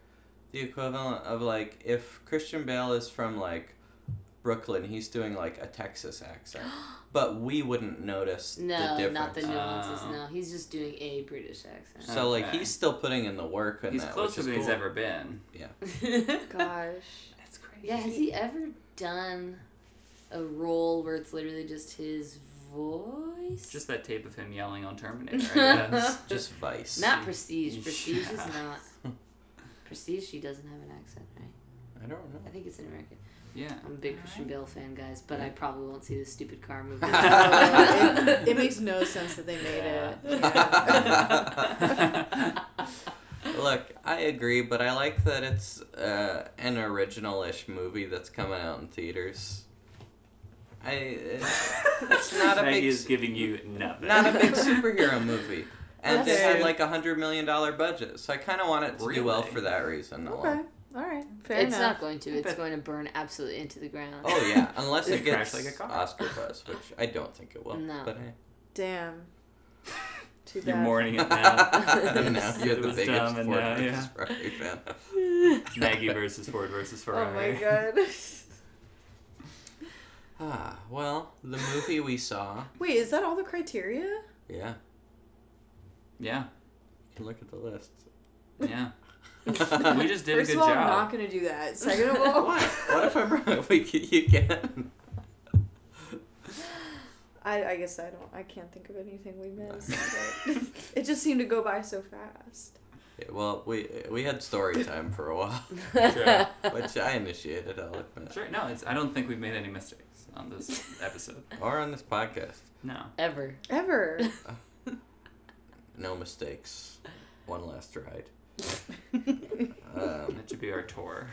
S1: the equivalent of like if Christian Bale is from like Brooklyn, he's doing like a Texas accent,
S4: <gasps>
S1: but we wouldn't notice the
S4: No,
S1: difference.
S4: not the nuances.
S2: Oh.
S4: no, he's just doing a British
S2: <laughs>
S4: accent. <laughs>
S1: So like
S2: Okay.
S1: he's still putting in the work in
S2: He's
S1: that,
S2: closer
S1: which is
S2: than he's
S1: cool.
S2: ever been. <laughs>
S3: Gosh.
S2: That's crazy.
S4: yeah, has he ever done a role where it's literally just his voice?
S2: Just that tape of him yelling on Terminator.
S4: <laughs>
S3: <laughs>
S2: I guess.
S1: Just Vice.
S4: not prestige.
S2: Yeah.
S4: Prestige is not. Prestige, she doesn't have an accent, right?
S1: I don't know.
S4: I think it's an American.
S2: yeah.
S4: I'm a big Christian Bale fan, guys, but I probably won't see this stupid car movie. <laughs>
S3: Oh, <laughs> it, it makes no sense that they made
S2: <laughs>
S3: it. <laughs>
S1: Look, I agree, but I like that it's uh, an original-ish movie that's coming out in theaters. I it's It's not a
S2: Maggie
S1: big
S2: is
S1: s-
S2: giving you nothing.
S1: not a big
S2: <laughs>
S1: superhero movie, and
S3: That's
S1: it had
S3: true.
S1: like a hundred million dollar budget, so I kind of want it to do well
S2: Really?
S1: for that reason.
S3: Okay.
S1: alone.
S3: All right. Fair
S4: it's not
S3: enough.
S4: going to. It's
S2: But-
S4: going to burn absolutely into the ground.
S1: Oh yeah, unless it
S2: It crashed
S1: gets
S2: like a car.
S1: Oscar buzz, which I don't think it will.
S4: No.
S1: But hey.
S3: Damn.
S2: <laughs>
S3: Too bad.
S2: You're
S3: <laughs>
S1: <laughs>
S2: mourning it now.
S1: now
S2: It <laughs>
S1: you're the
S2: was
S1: biggest
S2: dumb
S1: Ford
S2: and now,
S1: versus <laughs>
S2: yeah.
S1: Ferrari fan.
S2: Maggie versus Ford versus
S3: Oh my
S2: Ferrari.
S3: god. <laughs>
S1: Ah, well, the movie we saw.
S3: Wait, is that all the criteria?
S1: Yeah,
S2: Yeah,
S1: you can look at the list.
S2: yeah. We just did
S3: First
S2: a good
S3: of all, I'm
S2: job.
S3: not gonna do that. Second of
S2: <laughs>
S3: all,
S1: what? What if I'm wrong? <laughs> We can, you can.
S3: I, I guess
S2: <laughs>
S3: I don't. I can't think of anything we missed. but it just seemed to go by so fast.
S1: Yeah, well, we we had story time for a while, <laughs>
S2: Sure.
S1: which I initiated. I'll admit,
S2: Sure. No, it's. I don't think we've made any mistakes on this episode.
S1: or on this podcast,
S2: No.
S4: Ever. <laughs>
S3: Ever.
S1: no mistakes. One last
S3: <laughs>
S1: ride. Um,
S2: That should be our tour.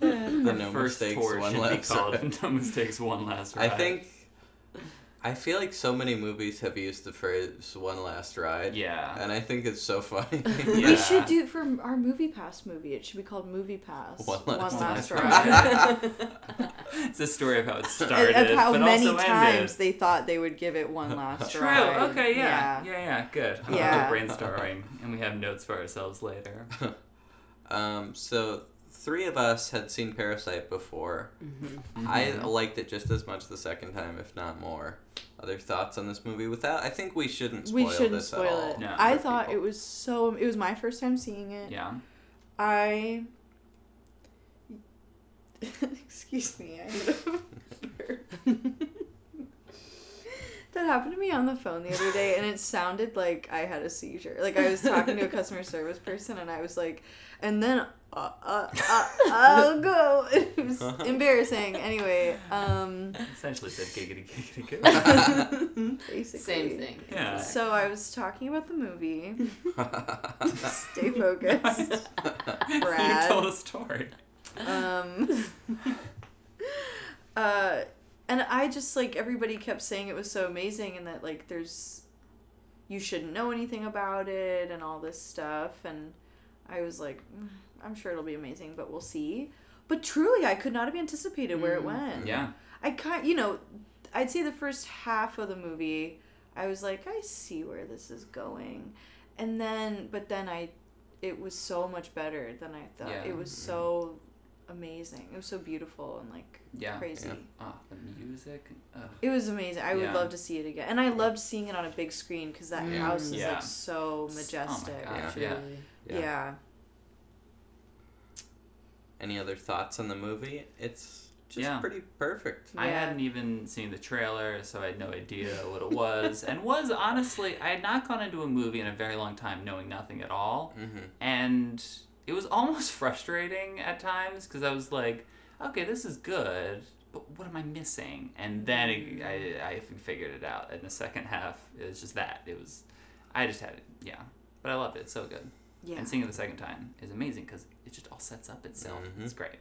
S1: the no
S2: First
S1: mistakes.
S2: tour
S1: One
S2: should
S1: last
S2: be called <laughs>
S1: ride.
S2: No Mistakes One Last
S1: I
S2: Ride.
S1: think. I feel like so many movies have used the phrase "one last ride,"
S2: Yeah.
S1: and I think it's so
S3: <laughs>
S1: funny. <laughs>
S2: Yeah.
S3: We should do for our movie pass movie. It should be called Movie Pass.
S1: One last-
S2: last
S3: ride.
S2: It's a story
S1: <laughs>
S2: of how it <laughs> started,
S3: And Of how
S2: but
S3: many
S2: also
S3: times
S2: ended.
S3: they thought they would give it one
S2: <laughs>
S3: last
S2: True.
S3: ride.
S2: Okay. Yeah. Yeah. Yeah. Good. I'm
S3: Yeah.
S2: <laughs> brainstorming, and we have notes for ourselves later.
S1: Um, so three of us had seen Parasite before.
S4: Mm-hmm.
S1: I
S2: Mm-hmm.
S1: liked it just as much the second time, if not more. Other thoughts on this movie? Without, I think we shouldn't spoil
S3: We shouldn't
S1: this
S3: spoil
S1: at all.
S3: it.
S2: No,
S3: I
S1: for
S3: thought
S1: people.
S3: it was so. It was my first time seeing it.
S2: Yeah.
S3: I. <laughs> Excuse me. I had a burp. that happened to me on the phone the other day, and it sounded like I had a seizure. Like I was talking to a customer service person, and I was like, and then uh, uh, uh, I'll go. <laughs> It was embarrassing. Anyway, um,
S2: Essentially said giggity giggity <laughs> giggity.
S3: basically.
S4: Same thing.
S2: Yeah.
S3: So I was talking about the movie. Stay focused.
S2: you
S3: Brad.
S2: told a story.
S3: um <laughs> uh and i just like everybody kept saying it was so amazing and that like there's you shouldn't know anything about it and all this stuff and i was like "Mm, i'm sure it'll be amazing but we'll see but truly i could not have anticipated where it
S4: Mm.
S3: went
S2: Yeah.
S3: i kind you know i'd say the first half of the movie i was like i see where this is going and then but then i it was so much better than i thought
S2: Yeah. Mm-hmm.
S3: it was so amazing it was so beautiful and like
S2: Yeah.
S3: crazy
S1: Yeah.
S2: Oh, the music. Oh.
S3: it was amazing i would
S2: Yeah.
S3: love to see it again and i loved seeing it on a big screen because that
S4: Mm.
S3: house is
S2: Yeah.
S3: like so majestic
S2: Oh my gosh.
S4: Truly.
S2: Yeah.
S1: Yeah.
S3: yeah.
S1: Any other thoughts on the movie? It's just
S2: Yeah.
S1: pretty perfect.
S2: I
S3: Yeah.
S2: hadn't even seen the trailer, so I had no idea what it was. and was honestly, I had not gone into a movie in a very long time knowing nothing at all.
S1: hmm
S2: And it was <laughs> almost frustrating at times because I was like, okay, this is good, but what am I missing? And then it, I, I figured it out. And the second half, it was just that. It was, I just had it, yeah. But I loved it. It's so good.
S3: yeah
S2: And seeing it the second time is amazing because it just all sets up itself.
S1: Mhm.
S2: It's great.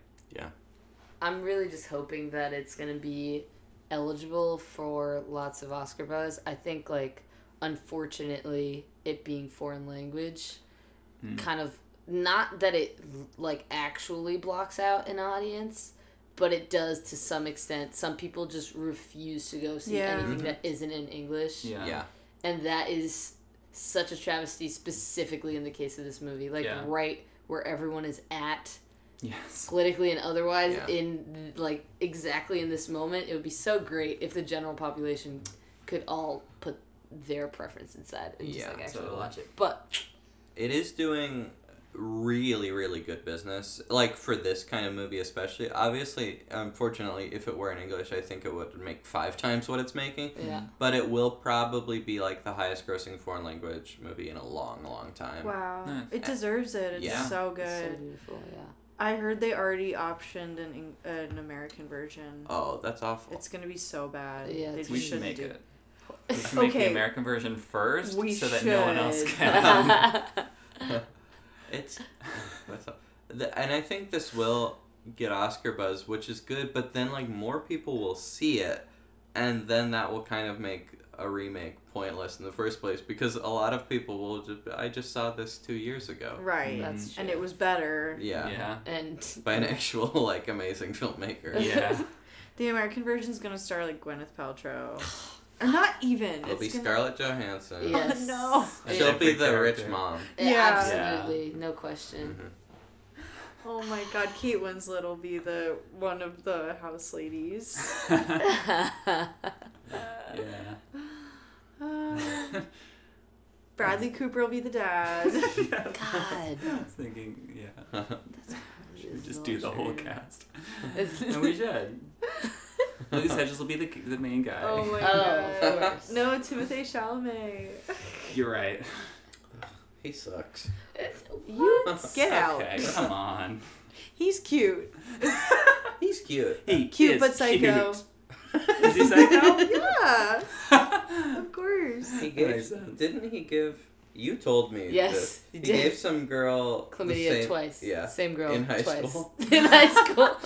S4: I'm really just hoping that it's gonna be eligible for lots of Oscar buzz. I think like unfortunately it being foreign language
S2: Hmm.
S4: kind of not that it like actually blocks out an audience, but it does to some extent. Some people just refuse to go see
S3: Yeah.
S4: anything that isn't in English.
S2: Mm-hmm. Yeah.
S1: Yeah.
S4: And that is such a travesty specifically in the case of this movie. Like
S2: Yeah.
S4: right where everyone is at
S2: Yes.
S4: politically and otherwise
S1: Yeah.
S4: in like exactly in this moment it would be so great if the general population could all put their preference inside and just
S1: Yeah,
S4: like actually
S2: totally.
S4: watch it but
S1: It is doing really, really good business. Like for this kind of movie, especially. Obviously, unfortunately, if it were in English, I think it would make five <laughs> times what it's making.
S4: yeah
S3: Mm.
S1: But it will probably be like the highest grossing foreign language movie in a long, long time.
S3: wow
S2: Nice.
S3: it deserves it it's
S1: Yeah.
S3: so good
S4: it's so beautiful yeah
S3: i heard they already optioned an, Eng- an american version
S1: Oh, that's awful.
S3: It's gonna be so bad.
S4: Yeah,
S3: they
S4: it's-
S3: just
S2: We should
S3: shouldn't
S2: make
S3: do.
S2: it. We should make the
S3: Okay.
S2: American version first
S3: We
S2: so that no one else
S3: should.
S2: can.
S1: It's <laughs> that's a, the, and I think this will get Oscar buzz, which is good. But then like more people will see it, and then that will kind of make a remake pointless in the first place because a lot of people will just I just saw this two years ago.
S3: Right.
S4: that's true.
S3: And it was better.
S1: Yeah.
S2: <laughs> yeah.
S4: and
S1: <laughs> By an actual like amazing filmmaker.
S2: Yeah.
S3: The American version's gonna star like Gwyneth
S2: <sighs>
S3: Paltrow. or not even.
S1: It'll
S3: it's
S1: be
S3: gonna-
S1: Scarlett Johansson.
S4: Yeah.
S3: <laughs> Oh, no.
S2: Yes.
S1: She'll be
S2: Every
S1: the rich mom.
S2: character.
S3: Yeah.
S4: absolutely no question
S1: Mhm.
S3: Oh my god, Kate Winslet will be the one of the house
S2: <laughs>
S3: ladies.
S4: <laughs>
S2: yeah.
S3: Uh, Bradley Cooper will be
S2: <laughs>
S3: the dad. <laughs>
S4: god
S2: I was thinking, yeah.
S1: Mm-hmm.
S2: Should we just do the whole cast?
S3: <laughs>
S2: and we
S4: oh
S2: should. Louis
S1: <laughs>
S2: Hedges will be the, the main guy.
S3: Oh my
S4: of
S3: god.
S4: course
S3: No, Timothy Chalamet.
S2: You're right.
S1: He sucks.
S3: You
S1: <laughs>
S3: get out.
S2: Okay, come on.
S3: He's cute.
S1: He's cute.
S2: He
S3: Cute
S2: is
S3: but psycho.
S2: cute. <laughs> Is he psycho?
S3: <laughs> Yeah, of course.
S1: He
S2: Makes
S1: gave.
S2: sense.
S1: <laughs> Didn't he give? You told me. this.
S4: Yes,
S1: He
S4: he did.
S1: gave some girl the
S4: Chlamydia
S1: same- <laughs>
S4: twice.
S1: Yeah.
S4: Same girl.
S1: In high
S4: twice.
S1: school.
S4: <laughs> in
S1: <laughs>
S4: high school.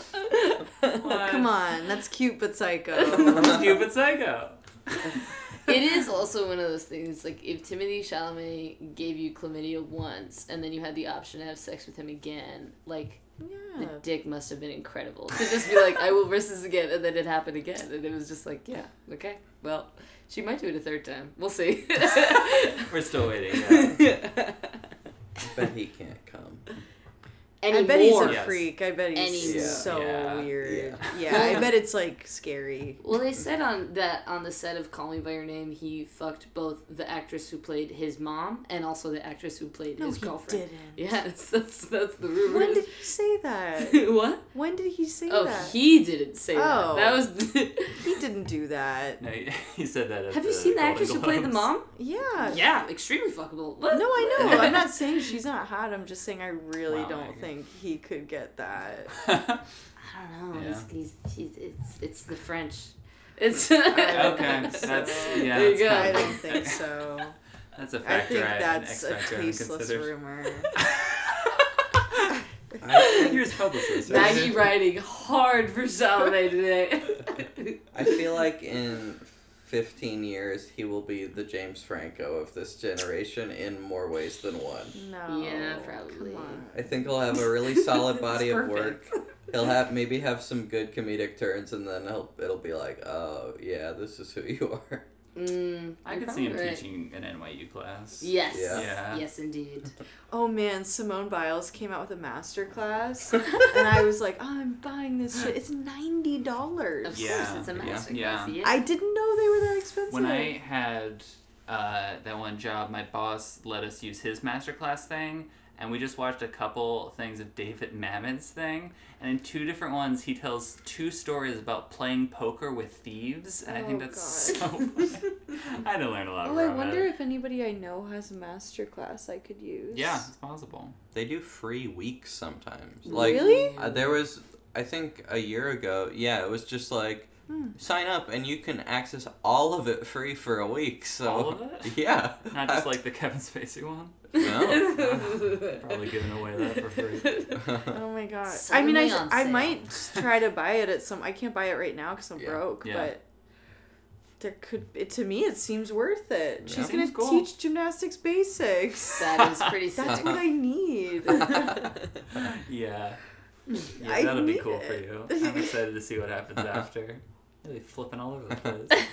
S2: What?
S3: Come on, that's cute but
S2: <laughs>
S3: psycho.
S2: He's cute but psycho.
S4: it is also one of those things like if Timothy Chalamet gave you chlamydia once and then you had the option to have sex with him again, like the
S3: yeah.
S4: dick must have been incredible to just be like, I will risk this again, and then it happened again, and it was just like, yeah, okay, well, she might do it a third time. We'll see. <laughs>
S2: We're still waiting. Yeah.
S1: I bet he can't come.
S3: I bet he's
S4: Anymore.
S3: a
S2: Yes.
S3: freak. I bet he's
S4: Anymore.
S3: so
S2: Yeah.
S3: weird. Yeah. I
S4: Yeah.
S3: bet it's like scary.
S4: Well, they said on that on the set of Call Me by Your Name, he fucked both the actress who played his mom and also the actress who played
S3: No,
S4: his
S3: he
S4: girlfriend.
S3: didn't.
S4: Yes, <laughs> that's that's the rumor.
S3: When
S4: <laughs>
S3: did he say that?
S4: what?
S3: When did he say
S4: Oh,
S3: that?
S4: he didn't say
S3: Oh.
S4: that. That was. <laughs>
S3: He didn't do that.
S2: No, <laughs> he- he said that. At
S4: Have
S2: the
S4: you seen the
S2: Golden
S4: actress who played the
S2: Globes.
S4: mom?
S3: Yeah.
S4: Yeah, extremely fuckable. What?
S3: No, I know. I'm not saying she's not hot. I'm just saying I really
S2: Wow,
S3: don't
S2: Megan.
S3: think he could get that.
S4: <laughs> I don't know.
S2: Yeah.
S4: He's, he's, he's, it's it's the French. It's <laughs>
S2: okay, that's yeah.
S4: There you
S2: that's
S4: go.
S2: kind
S3: I
S2: of-
S3: don't think so.
S2: <laughs> That's a
S3: I
S2: factor.
S3: think
S2: hadn't-
S3: that's
S2: X
S3: a
S2: factor I hadn't
S3: tasteless
S2: considered. <laughs>
S3: rumor.
S1: I
S2: You're
S1: think-
S2: his publicist. right?
S4: Maggie riding hard for Chalamet
S2: <laughs>
S4: today.
S1: <laughs>
S4: <laughs>
S1: I feel like in 15 years he will be the James Franco of this generation in more ways than one.
S3: No.
S4: Yeah, probably.
S3: Come on.
S1: I think he'll have a
S4: <laughs>
S1: really solid body
S4: It's
S1: of work. He'll have maybe have some good comedic turns, and then he'll it'll be like, oh yeah, this is who you <laughs> are.
S4: Mm,
S2: I
S4: you're
S2: could see him
S4: probably right.
S2: teaching an NYU class.
S4: Yes.
S1: Yeah.
S2: Yeah.
S4: Yes, indeed.
S3: Oh man, Simone Biles came out with a master
S4: <laughs>
S3: class, and I was like, oh, I'm buying this shit. It's ninety
S4: Of
S3: dollars.
S2: Yeah,
S4: course, it's a
S2: yeah,
S4: masterclass.
S2: yeah.
S4: Yeah.
S3: I didn't know they were that expensive.
S2: When I had uh, that one job, my boss let us use his masterclass thing, and we just watched a couple things of David Mamet's thing. And in two different ones, he tells two stories about playing poker with thieves, and I think
S3: Oh,
S2: that's
S3: <laughs> God.
S2: so. Funny. <laughs> I didn't learn a lot
S3: oh, I
S2: from
S3: wonder
S2: it.
S3: if anybody I know has a master class I could use.
S2: Yeah, it's possible.
S1: They do free weeks sometimes. Like
S3: really?
S1: uh, there was, I think a year ago. Yeah, it was just like.
S3: Hmm.
S1: Sign up and you can access all of it free for a week. So
S2: All of
S1: <laughs>
S2: it?
S1: yeah,
S2: Not just like the Kevin Spacey one.
S4: <laughs> No.
S2: Probably giving away that for
S3: <laughs>
S2: free.
S3: Oh my god. I mean, I,
S4: Suddenly on
S3: I
S4: sale.
S3: might
S4: <laughs>
S3: try to buy it at some. I can't buy it right now because I'm
S1: Yeah.
S3: broke.
S2: Yeah.
S3: But there could. It, to me, it seems worth it.
S1: Yeah.
S3: She's
S2: Seems
S3: gonna
S2: cool.
S3: teach gymnastics basics.
S4: That is pretty sick.
S3: That's what I need.
S4: <laughs>
S3: <laughs>
S2: Yeah.
S3: I
S2: Yeah, that'll be
S3: need
S2: cool
S3: it. <laughs>
S2: for you. I'm excited to see what happens after. Really flipping all over the
S3: <laughs>
S2: place.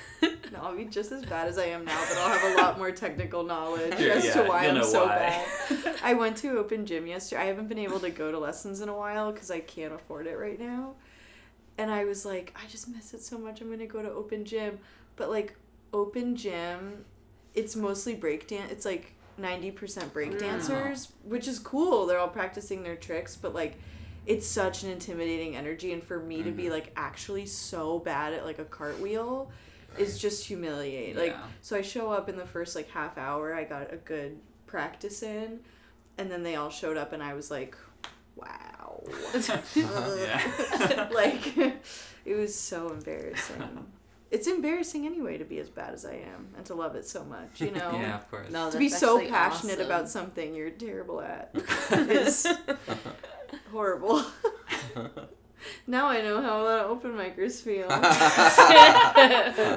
S3: No, I'll be just as bad as I am now, but I'll have a lot more technical knowledge
S1: Yeah,
S3: as to
S2: yeah,
S3: why
S2: you'll
S3: I'm
S2: know
S3: so
S2: why.
S3: bad.
S2: <laughs>
S3: I went to open gym yesterday. I haven't been able to go to lessons in a while because I can't afford it right now. And I was like, I just miss it so much. I'm going to go to open gym. But like, open gym, it's mostly breakdance. It's like 90% break
S4: Wow.
S3: dancers, which is cool. They're all practicing their tricks, but like, it's such an intimidating energy. And for me to be
S2: Mm-hmm.
S1: Mhm.
S3: like actually so bad at like a cartwheel is just humiliating. Like
S2: Yeah.
S3: so I show up in the first like half hour, I got a good practice in, and then they all showed up and I was like, wow. <laughs>
S2: Uh-huh, Yeah.
S4: <laughs>
S3: like it was so embarrassing.
S2: <laughs>
S3: It's embarrassing anyway to be as bad as I am and to love it so much, you know?
S2: <laughs> Yeah, of course.
S4: No,
S3: To be
S4: Oh, that's
S3: so
S4: actually
S3: passionate
S4: awesome.
S3: about something you're
S2: <laughs>
S3: terrible at is horrible. <laughs> now I know how uh, open micers
S2: <laughs>
S3: feel. <laughs>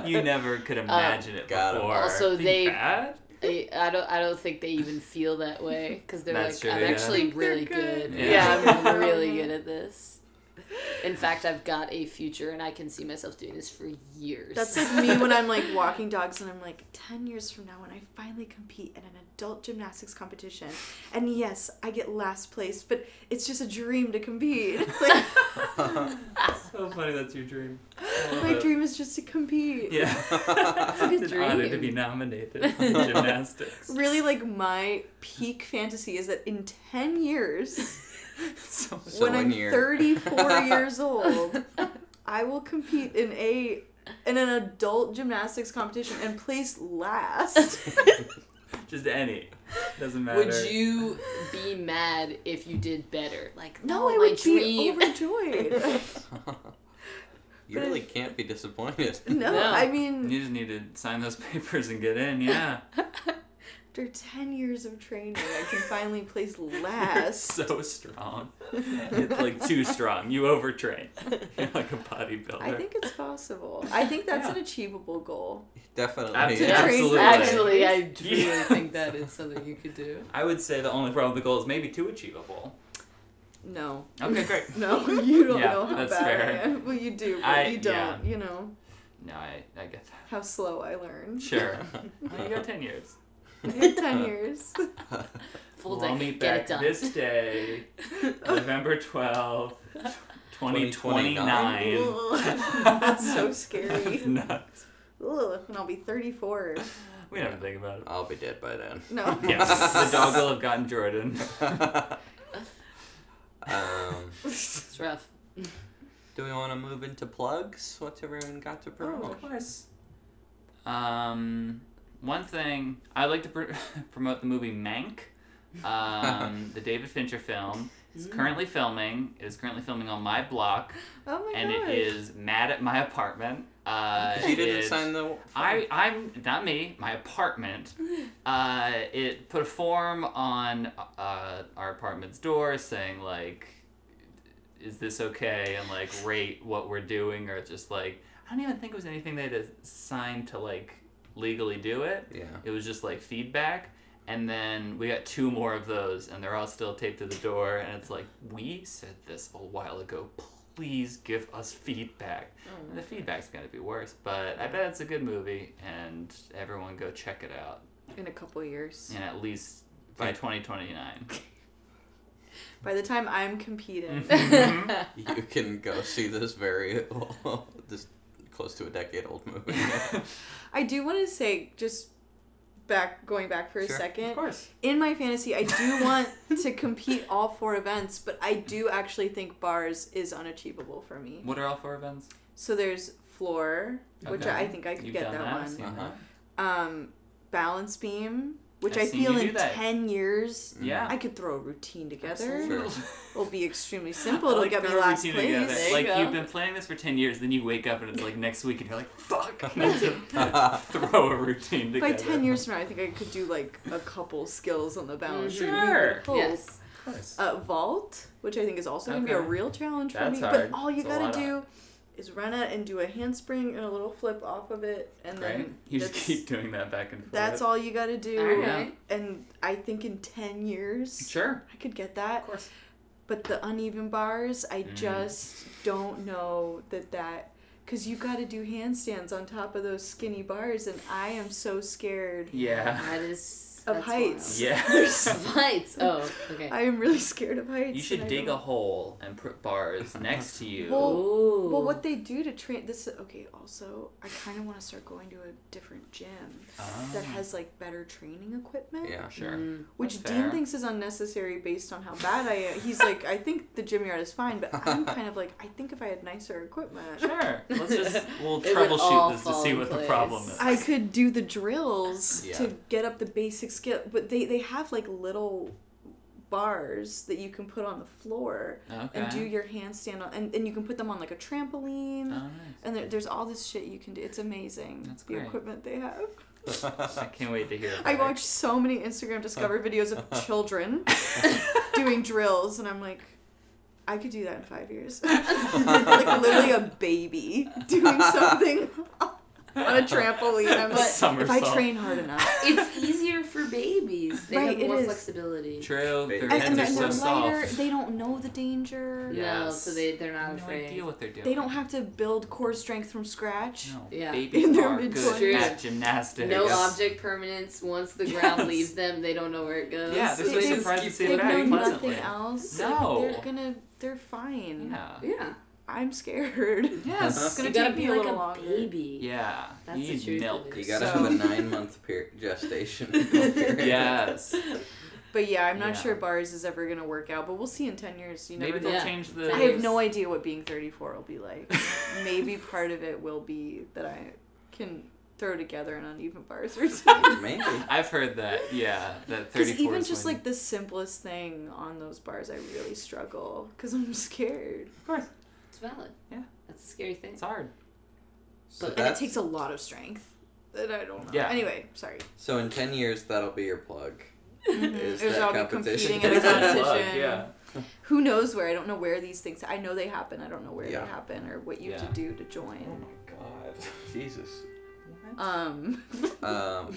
S2: You never could imagine it
S1: got 'em.
S2: before.
S4: Uh, Also,
S2: Be
S4: they-
S2: bad?
S4: <laughs> I, I don't I don't think they even feel that way because they're
S2: That's
S4: like
S2: true,
S4: I'm
S2: yeah.
S3: I
S4: actually
S3: think they're
S4: really
S3: good.
S4: good.
S2: Yeah.
S4: Yeah.
S3: <laughs>
S4: I'm really good at this. In fact, I've got a future and I can see myself doing this for years. <laughs>
S3: That's like me when I'm like walking dogs and I'm like, 10 years from now, when I finally compete in an adult gymnastics competition, and yes, I get last place, but it's just a dream to
S4: <laughs>
S3: compete. Like,
S2: So funny that's your dream. I love
S3: my
S2: it.
S3: dream is just to compete.
S2: Uh,
S4: <laughs>
S2: Yeah.
S4: a
S2: <laughs>
S4: good
S2: it's an honor to
S4: dream.
S2: be nominated
S4: <laughs>
S2: in gymnastics. <laughs>
S3: Really, like, my peak fantasy is that in 10
S4: <laughs>
S3: years,
S2: So much-
S1: So
S3: when I'm
S1: one year.
S3: 34 years old, I will compete in
S4: <laughs>
S3: a in an adult gymnastics competition and place last.
S2: Just any. Doesn't matter.
S4: <laughs> Would you be mad if you did better? Like,
S3: No,
S4: oh,
S3: I
S4: my
S3: would be
S4: dream.
S2: <laughs>
S4: <laughs>
S3: overjoyed.
S1: you really can't be
S2: <laughs>
S1: disappointed.
S3: no,
S4: No.
S3: I mean,
S2: You just need to sign those <laughs> papers and get in, yeah.
S3: after 10 years of training, I can finally
S2: <laughs>
S3: place last.
S2: You're so strong. It's like too strong. You overtrain. <laughs> You're like a bodybuilder.
S3: <laughs> I think it's possible. I think that's
S2: Yeah.
S3: an achievable
S4: <laughs>
S3: goal.
S1: Definitely. <laughs>
S2: Absolutely.
S1: yeah.
S2: Absolutely.
S4: Actually, I
S2: <laughs>
S4: really
S2: Yeah.
S4: think that is something you could do.
S2: I would say the only problem with the goal is maybe too achievable.
S3: No.
S2: Okay, great.
S3: <laughs> No, you don't
S2: Yeah,
S3: know how
S2: that's
S3: bad I
S2: fair.
S3: am. Well, you do, but
S2: I-
S3: you don't.
S2: yeah.
S3: You know
S2: No, I, I get that.
S3: how slow I
S2: <laughs>
S3: learn.
S1: <laughs>
S2: Sure. Oh, you got 10 years.
S3: I had 10 years.
S4: Full
S2: we'll
S4: day,
S2: meet
S4: get
S2: back
S4: it done.
S2: this day, November 12th, 2029.
S3: <laughs> that's
S2: <laughs>
S3: so scary.
S2: That's nuts.
S3: Ugh, and I'll be 34.
S2: We don't have to think about it.
S1: <laughs> I'll be dead by
S2: <laughs>
S1: then.
S3: No.
S2: Yes, the dog will have gotten
S1: <laughs>
S2: Jordan. Oh,
S1: um,
S4: <laughs>
S3: <laughs>
S4: It's rough.
S1: do we want to move into plugs? What's everyone got to promote?
S2: course. Um, one thing I'd like to pr- <laughs> promote the movie Mank, um, the David Fincher film.
S4: Mm.
S2: It's currently filming. It is currently filming on my block,
S3: <laughs> Oh my
S2: and
S3: gosh.
S2: it is mad at my apartment. Uh,
S1: you didn't
S2: it-
S1: sign the.
S2: I, I'm not me. My apartment. Uh, it put a form on uh, our apartment's door saying like, "Is this okay?" and like rate what we're doing, or just like I don't even think it was anything they had to sign to like legally do it.
S1: Yeah.
S2: It was just like feedback. And then we got two more of those, and they're all still taped to the door. And it's like, we said this a while ago. Please give us feedback.
S3: Oh
S2: And the feedback's going to be worse, but I bet it's a good movie, and everyone go check it out.
S3: in a couple years.
S2: And at least by
S1: Right.
S2: 2029.
S3: By the time
S2: <laughs>
S3: I'm competing. Mm-hmm.
S1: You can go see this very <laughs> this close to a decade old movie.
S3: I do want to say just back going back for a
S1: Sure.
S3: second.
S2: course.
S3: In my fantasy, I
S2: <laughs>
S3: do want to compete all four events, but I do actually think bars is unachievable for me.
S2: What are all four events?
S3: So there's floor, which
S2: Okay.
S3: I think I could
S2: You've
S3: get
S2: done
S3: that,
S2: that, I've
S3: one.
S2: seen
S1: Uh-huh.
S3: Um, balance beam, which
S2: I've
S3: I
S2: seen
S3: feel
S2: you do
S3: in
S2: that.
S3: 10 years
S2: <laughs>
S1: Mm-hmm. <laughs>
S2: Yeah.
S3: <laughs> I could throw a routine together.
S1: Absolutely.
S2: <laughs>
S3: It'll be extremely simple. It'll
S2: Like,
S3: get me
S2: throw a
S3: last
S2: routine
S3: place.
S2: together.
S4: There you
S2: Like
S4: go.
S2: you've been planning this for ten years, then you wake up and it's like next week, and you're like,
S3: <laughs>
S2: "Fuck!" I need to <laughs> throw a routine
S3: By
S2: together.
S3: ten years from now, I think I could do like a couple skills on the balance. beam.
S2: Mm, Sure.
S3: Hope.
S4: Yes.
S3: Uh, vault, which I think is also gonna be a
S2: Okay.
S3: real challenge for
S2: That's
S3: me.
S2: hard.
S3: But all you
S2: It's a lot
S3: gotta
S2: of-
S3: do is run it and do a handspring and a little flip off of it, and
S2: Right?
S3: then
S2: You just
S3: that's-
S2: keep doing that back and forth.
S3: That's all you gotta do.
S4: All
S2: Yeah.
S4: right.
S3: And I think in ten years,
S2: Sure.
S3: I could get that.
S2: course.
S3: But the uneven bars, I
S2: Mm.
S3: just don't know that that. Because you gotta do handstands on top of those skinny bars, and I am so scared. <laughs>
S2: Yeah.
S4: That is
S3: Of
S4: that's
S3: heights. <laughs>
S2: Yeah.
S4: wild. Of heights. Oh, okay.
S3: I am really scared of
S2: <laughs>
S3: heights.
S2: You should dig a hole and put bars next to you.
S3: Well-
S4: Ooh.
S3: Well, what they do to train this? Okay, also, I kind of want to start going to a different gym that
S2: Ah.
S3: has like better training equipment.
S1: Yeah.
S2: Sure.
S3: <laughs>
S4: Mm.
S3: Which
S2: That's
S3: Dean
S2: fair.
S3: thinks is unnecessary based on how bad I am. He's like, I think the gym yard is fine, but
S2: <laughs>
S3: I'm kind of like, I think if I had nicer equipment, <laughs>
S2: Sure. Let's just we'll
S4: It would
S2: troubleshoot
S4: all
S2: this to
S4: fall
S2: see
S4: in
S2: what the
S4: place.
S2: problem is. <laughs>
S3: I could do the drills
S1: Yeah.
S3: to get up the basic skill, but they they have like little bars that you can put on the floor
S2: Okay.
S3: and do your handstand on, and, and you can put them on like a trampoline.
S2: Oh, nice.
S3: And there, there's all this shit you can do. It's amazing
S2: That's
S3: the
S2: great.
S3: equipment they have.
S2: I can't wait to hear. About
S3: I
S2: it.
S3: watch so many Instagram Discover
S2: <laughs>
S3: videos of children doing drills, and I'm like, I could do that in five years.
S2: <laughs>
S3: like literally a baby doing something on a trampoline. I'm
S2: A
S3: like, if I
S2: somersault.
S3: train hard enough.
S4: It's easier for babies. They
S3: Right,
S4: have
S3: it
S4: more
S3: is.
S4: flexibility.
S2: True. Their
S1: And-
S3: And,
S2: hands
S3: and,
S2: are
S3: they're
S2: so
S3: lighter.
S2: soft.
S3: They don't know the danger.
S4: No,
S2: Yes.
S4: so they they're
S2: I
S4: not
S2: have no
S4: afraid.
S2: idea what they're doing.
S3: They don't have to build core strength from scratch.
S2: No.
S4: Yeah.
S2: Babies
S3: In <laughs> their
S2: are good
S3: mid-twenties.
S2: at gymnastics.
S4: No
S1: Yes.
S4: object permanence. Once the ground
S2: Yes.
S4: leaves them, they don't know where it goes.
S2: Yeah, this
S3: They-
S2: was
S3: they-
S2: surprised to see
S3: They
S2: it
S3: know
S2: very
S3: nothing
S2: pleasantly.
S3: else.
S2: No.
S3: Like, they're gonna. They're fine.
S2: Yeah.
S4: Yeah,
S3: I'm scared. <laughs>
S2: Yes.
S3: It's gonna
S4: you
S3: take
S4: gotta
S3: me
S4: be
S3: a
S4: like
S3: little
S4: a
S3: longer.
S4: baby.
S2: Yeah.
S4: That's
S2: you
S4: the
S2: need
S4: truth of
S2: milk.
S4: it.
S1: You gotta
S3: So-
S2: <laughs>
S1: have a nine month per- gestation. period.
S2: Yes.
S3: But yeah, I'm not
S2: Yeah.
S3: sure bars is ever gonna work out. But we'll see in ten years. You
S2: Maybe
S3: never know.
S2: they'll
S4: Yeah.
S2: change the.
S3: I have no
S2: <laughs>
S3: idea what being 34 will be like. Maybe part of it will be that I can throw together an uneven
S2: <laughs>
S3: bars <laughs> routine.
S1: Maybe.
S2: I've heard that. Yeah, that
S3: Because
S2: thirty-four.
S3: even
S2: is
S3: just
S2: when-
S3: like the simplest thing on those bars, I really struggle because I'm scared.
S2: of course,
S4: It's valid.
S2: Yeah.
S4: That's a scary thing.
S2: it's
S3: <laughs>
S4: <laughs>
S2: hard.
S1: So,
S3: and it
S1: that's,
S3: takes a lot of strength. And I don't know.
S2: Yeah.
S3: Anyway, sorry.
S1: so in 10 years, that'll be your plug. Is
S3: There's
S1: that
S3: all the
S1: competition?
S2: <laughs>
S3: competing in a
S1: There's that
S2: plug,
S3: competition.
S2: yeah.
S3: Who knows where? I don't know where these things. I know they happen. I don't know where
S1: Yeah.
S3: they happen or what you
S2: Yeah.
S3: have to do to
S2: Oh
S3: join.
S2: my god.
S1: Jesus.
S3: Um, <laughs>
S1: Um,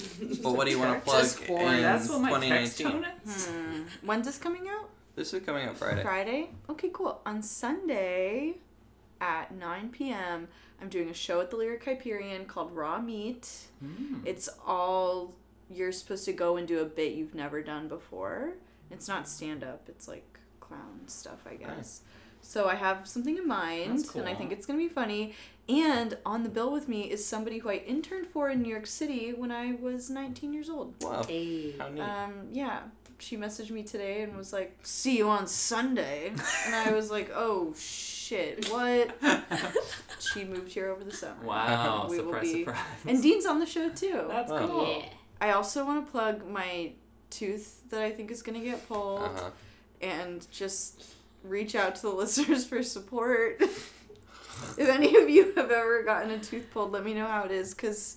S1: but what do you want to plug
S4: Just
S1: in
S4: horny.
S2: That's what my text
S1: 2019?
S2: tone is.
S3: hmm. When's this coming out?
S1: This is coming out Friday.
S3: Friday? Okay, cool. On Sunday at 9 p.m., I'm doing a show at the Lyric Hyperion called Raw Meat.
S2: Mm.
S3: It's all you're supposed to go and do a bit you've never done before. It's not stand up, it's like clown stuff, I guess. So I have something in mind,
S2: That's
S3: and I
S2: cool.
S3: think it's gonna be funny. And on the bill with me is somebody who I interned for in New York City when I was 19 years old.
S1: Wow.
S4: Hey.
S1: How neat.
S3: Um, yeah. She messaged me today and was like, "See you on Sunday," and I was like, "Oh shit,
S2: <laughs>
S3: what?" She moved here over the summer.
S1: Uh-huh.
S2: Wow!
S3: We will
S2: surprise,
S3: be-
S2: surprise. <laughs>
S3: And Dean's on the show too.
S2: That's
S1: Wow.
S2: cool.
S4: Yeah.
S3: I also want to plug my tooth that I think is gonna get pulled,
S1: Uh-huh.
S3: and just reach out to the <laughs> listeners for support. <laughs> if any of you have ever gotten a tooth pulled, let me know how it is, cause,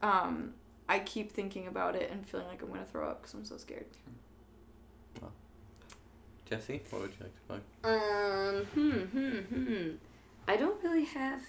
S3: um, I keep thinking about it and feeling like I'm gonna throw up because I'm so scared.
S1: Jesse, what would you like to plug?
S4: Um, hmm, hmm, hmm. I don't really have,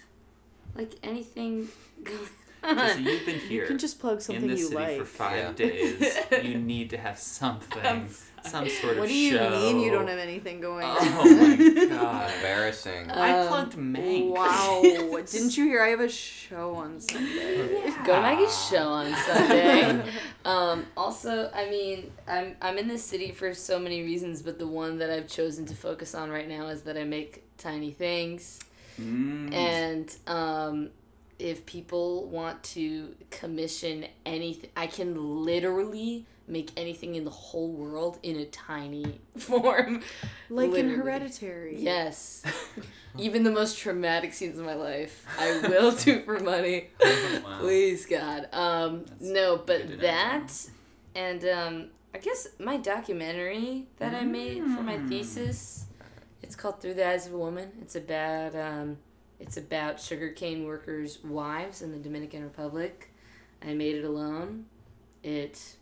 S4: like, anything <laughs> going
S2: So
S4: on.
S2: you've been here
S3: <laughs> You can just plug
S2: in
S3: something
S2: the
S3: you
S2: city
S3: like.
S2: for five
S1: Yeah.
S2: days.
S3: <laughs>
S2: You need to have something,
S4: I'm sorry.
S2: some sort of
S3: what do you
S2: show.
S3: mean you don't have anything going on?
S2: Oh my god!
S3: <laughs>
S1: <laughs> Embarrassing.
S2: I
S4: Um,
S2: plugged <laughs> Mank.
S3: Wow. Didn't you hear I have a show
S2: <laughs>
S3: on Sunday?
S4: Go to Maggie's show <laughs> on Sunday. um, also, I mean, I'm I'm in this city for so many reasons, but the one that I've chosen to focus on right now is that I make tiny things.
S2: Mm.
S4: And um, if people want to commission anything, I can literally make anything in the whole world in a tiny <laughs> form.
S3: Like
S4: Literally.
S3: in Hereditary.
S4: Yes. Even the most traumatic scenes of my life, I will do for money.
S2: Wow.
S4: Please, God. Um,
S2: That's
S4: no,
S2: good to
S4: but
S2: know.
S4: that, and um, I guess my documentary that I made for my
S2: Mm.
S4: thesis, it's called Through the Eyes of a Woman. It's about um, it's about sugarcane workers' wives in the Dominican Republic. I made it alone. It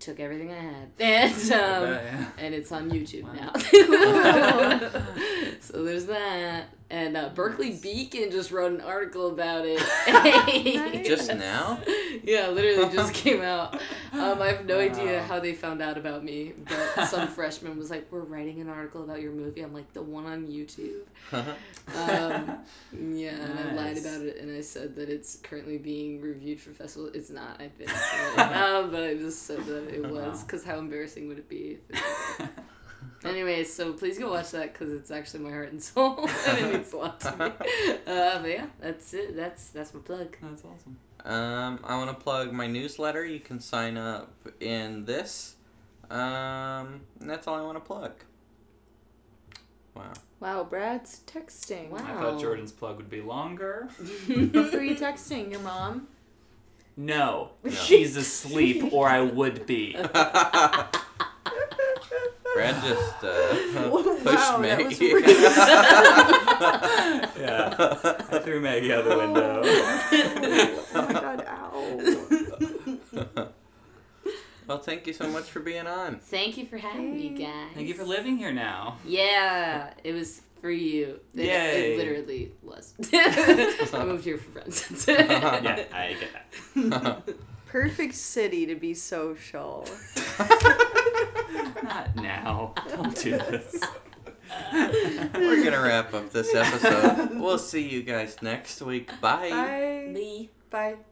S4: took everything I had, <laughs> and um,
S2: Yeah,
S4: and it's on YouTube
S2: Wow. <laughs>
S4: now. <laughs> so there's that. And uh, Berkeley Beacon just wrote an article about it. <laughs>
S3: Nice.
S1: Just now?
S4: yeah, literally just came out. Um, I have no idea
S2: Wow.
S4: how they found out about me, but some freshman was like, "We're writing an article about your movie." I'm like, "The one on YouTube." Um, yeah, and I lied
S2: Nice.
S4: about it, and I said that it's currently being reviewed for festival. It's not, I think, so, um, but I just said that it was
S2: Wow.
S4: because how embarrassing would it be? If it Anyway, so please go watch that because it's actually my heart and soul, <laughs> and it means a lot to me. Uh, but yeah, that's it. That's that's my plug.
S2: That's awesome.
S1: Um, I want to plug my newsletter. You can sign up in this. Um, and that's all I want to
S3: <laughs>
S1: plug. Wow.
S3: Wow, Brad's texting.
S4: Wow.
S2: I thought Jordan's plug would be longer.
S3: Who are you texting? Your mom?
S2: No,
S1: No.
S2: she's asleep, or I would be.
S1: Brad just uh, pushed
S3: <laughs> Wow,
S1: me.
S3: that
S1: <laughs>
S3: was rude.
S1: <laughs>
S2: Yeah. I threw Maggie <laughs> out the
S3: <laughs>
S2: window.
S3: Oh. oh my god, ow.
S1: well, thank you so much for being on. <laughs>
S4: <laughs> Thank you for having me, guys.
S2: Thank you for living here now.
S4: Yeah, it was for you. It,
S2: Yay.
S4: it literally
S2: <laughs>
S4: was. I moved here for friends. yeah.
S2: Yeah, I get that.
S3: Perfect city to be social.
S2: <laughs> Not now. Don't do this.
S1: We're gonna wrap
S3: <laughs>
S1: up this episode. We'll see you guys next week. Bye.
S3: Bye.
S4: <laughs> Me.
S3: Bye.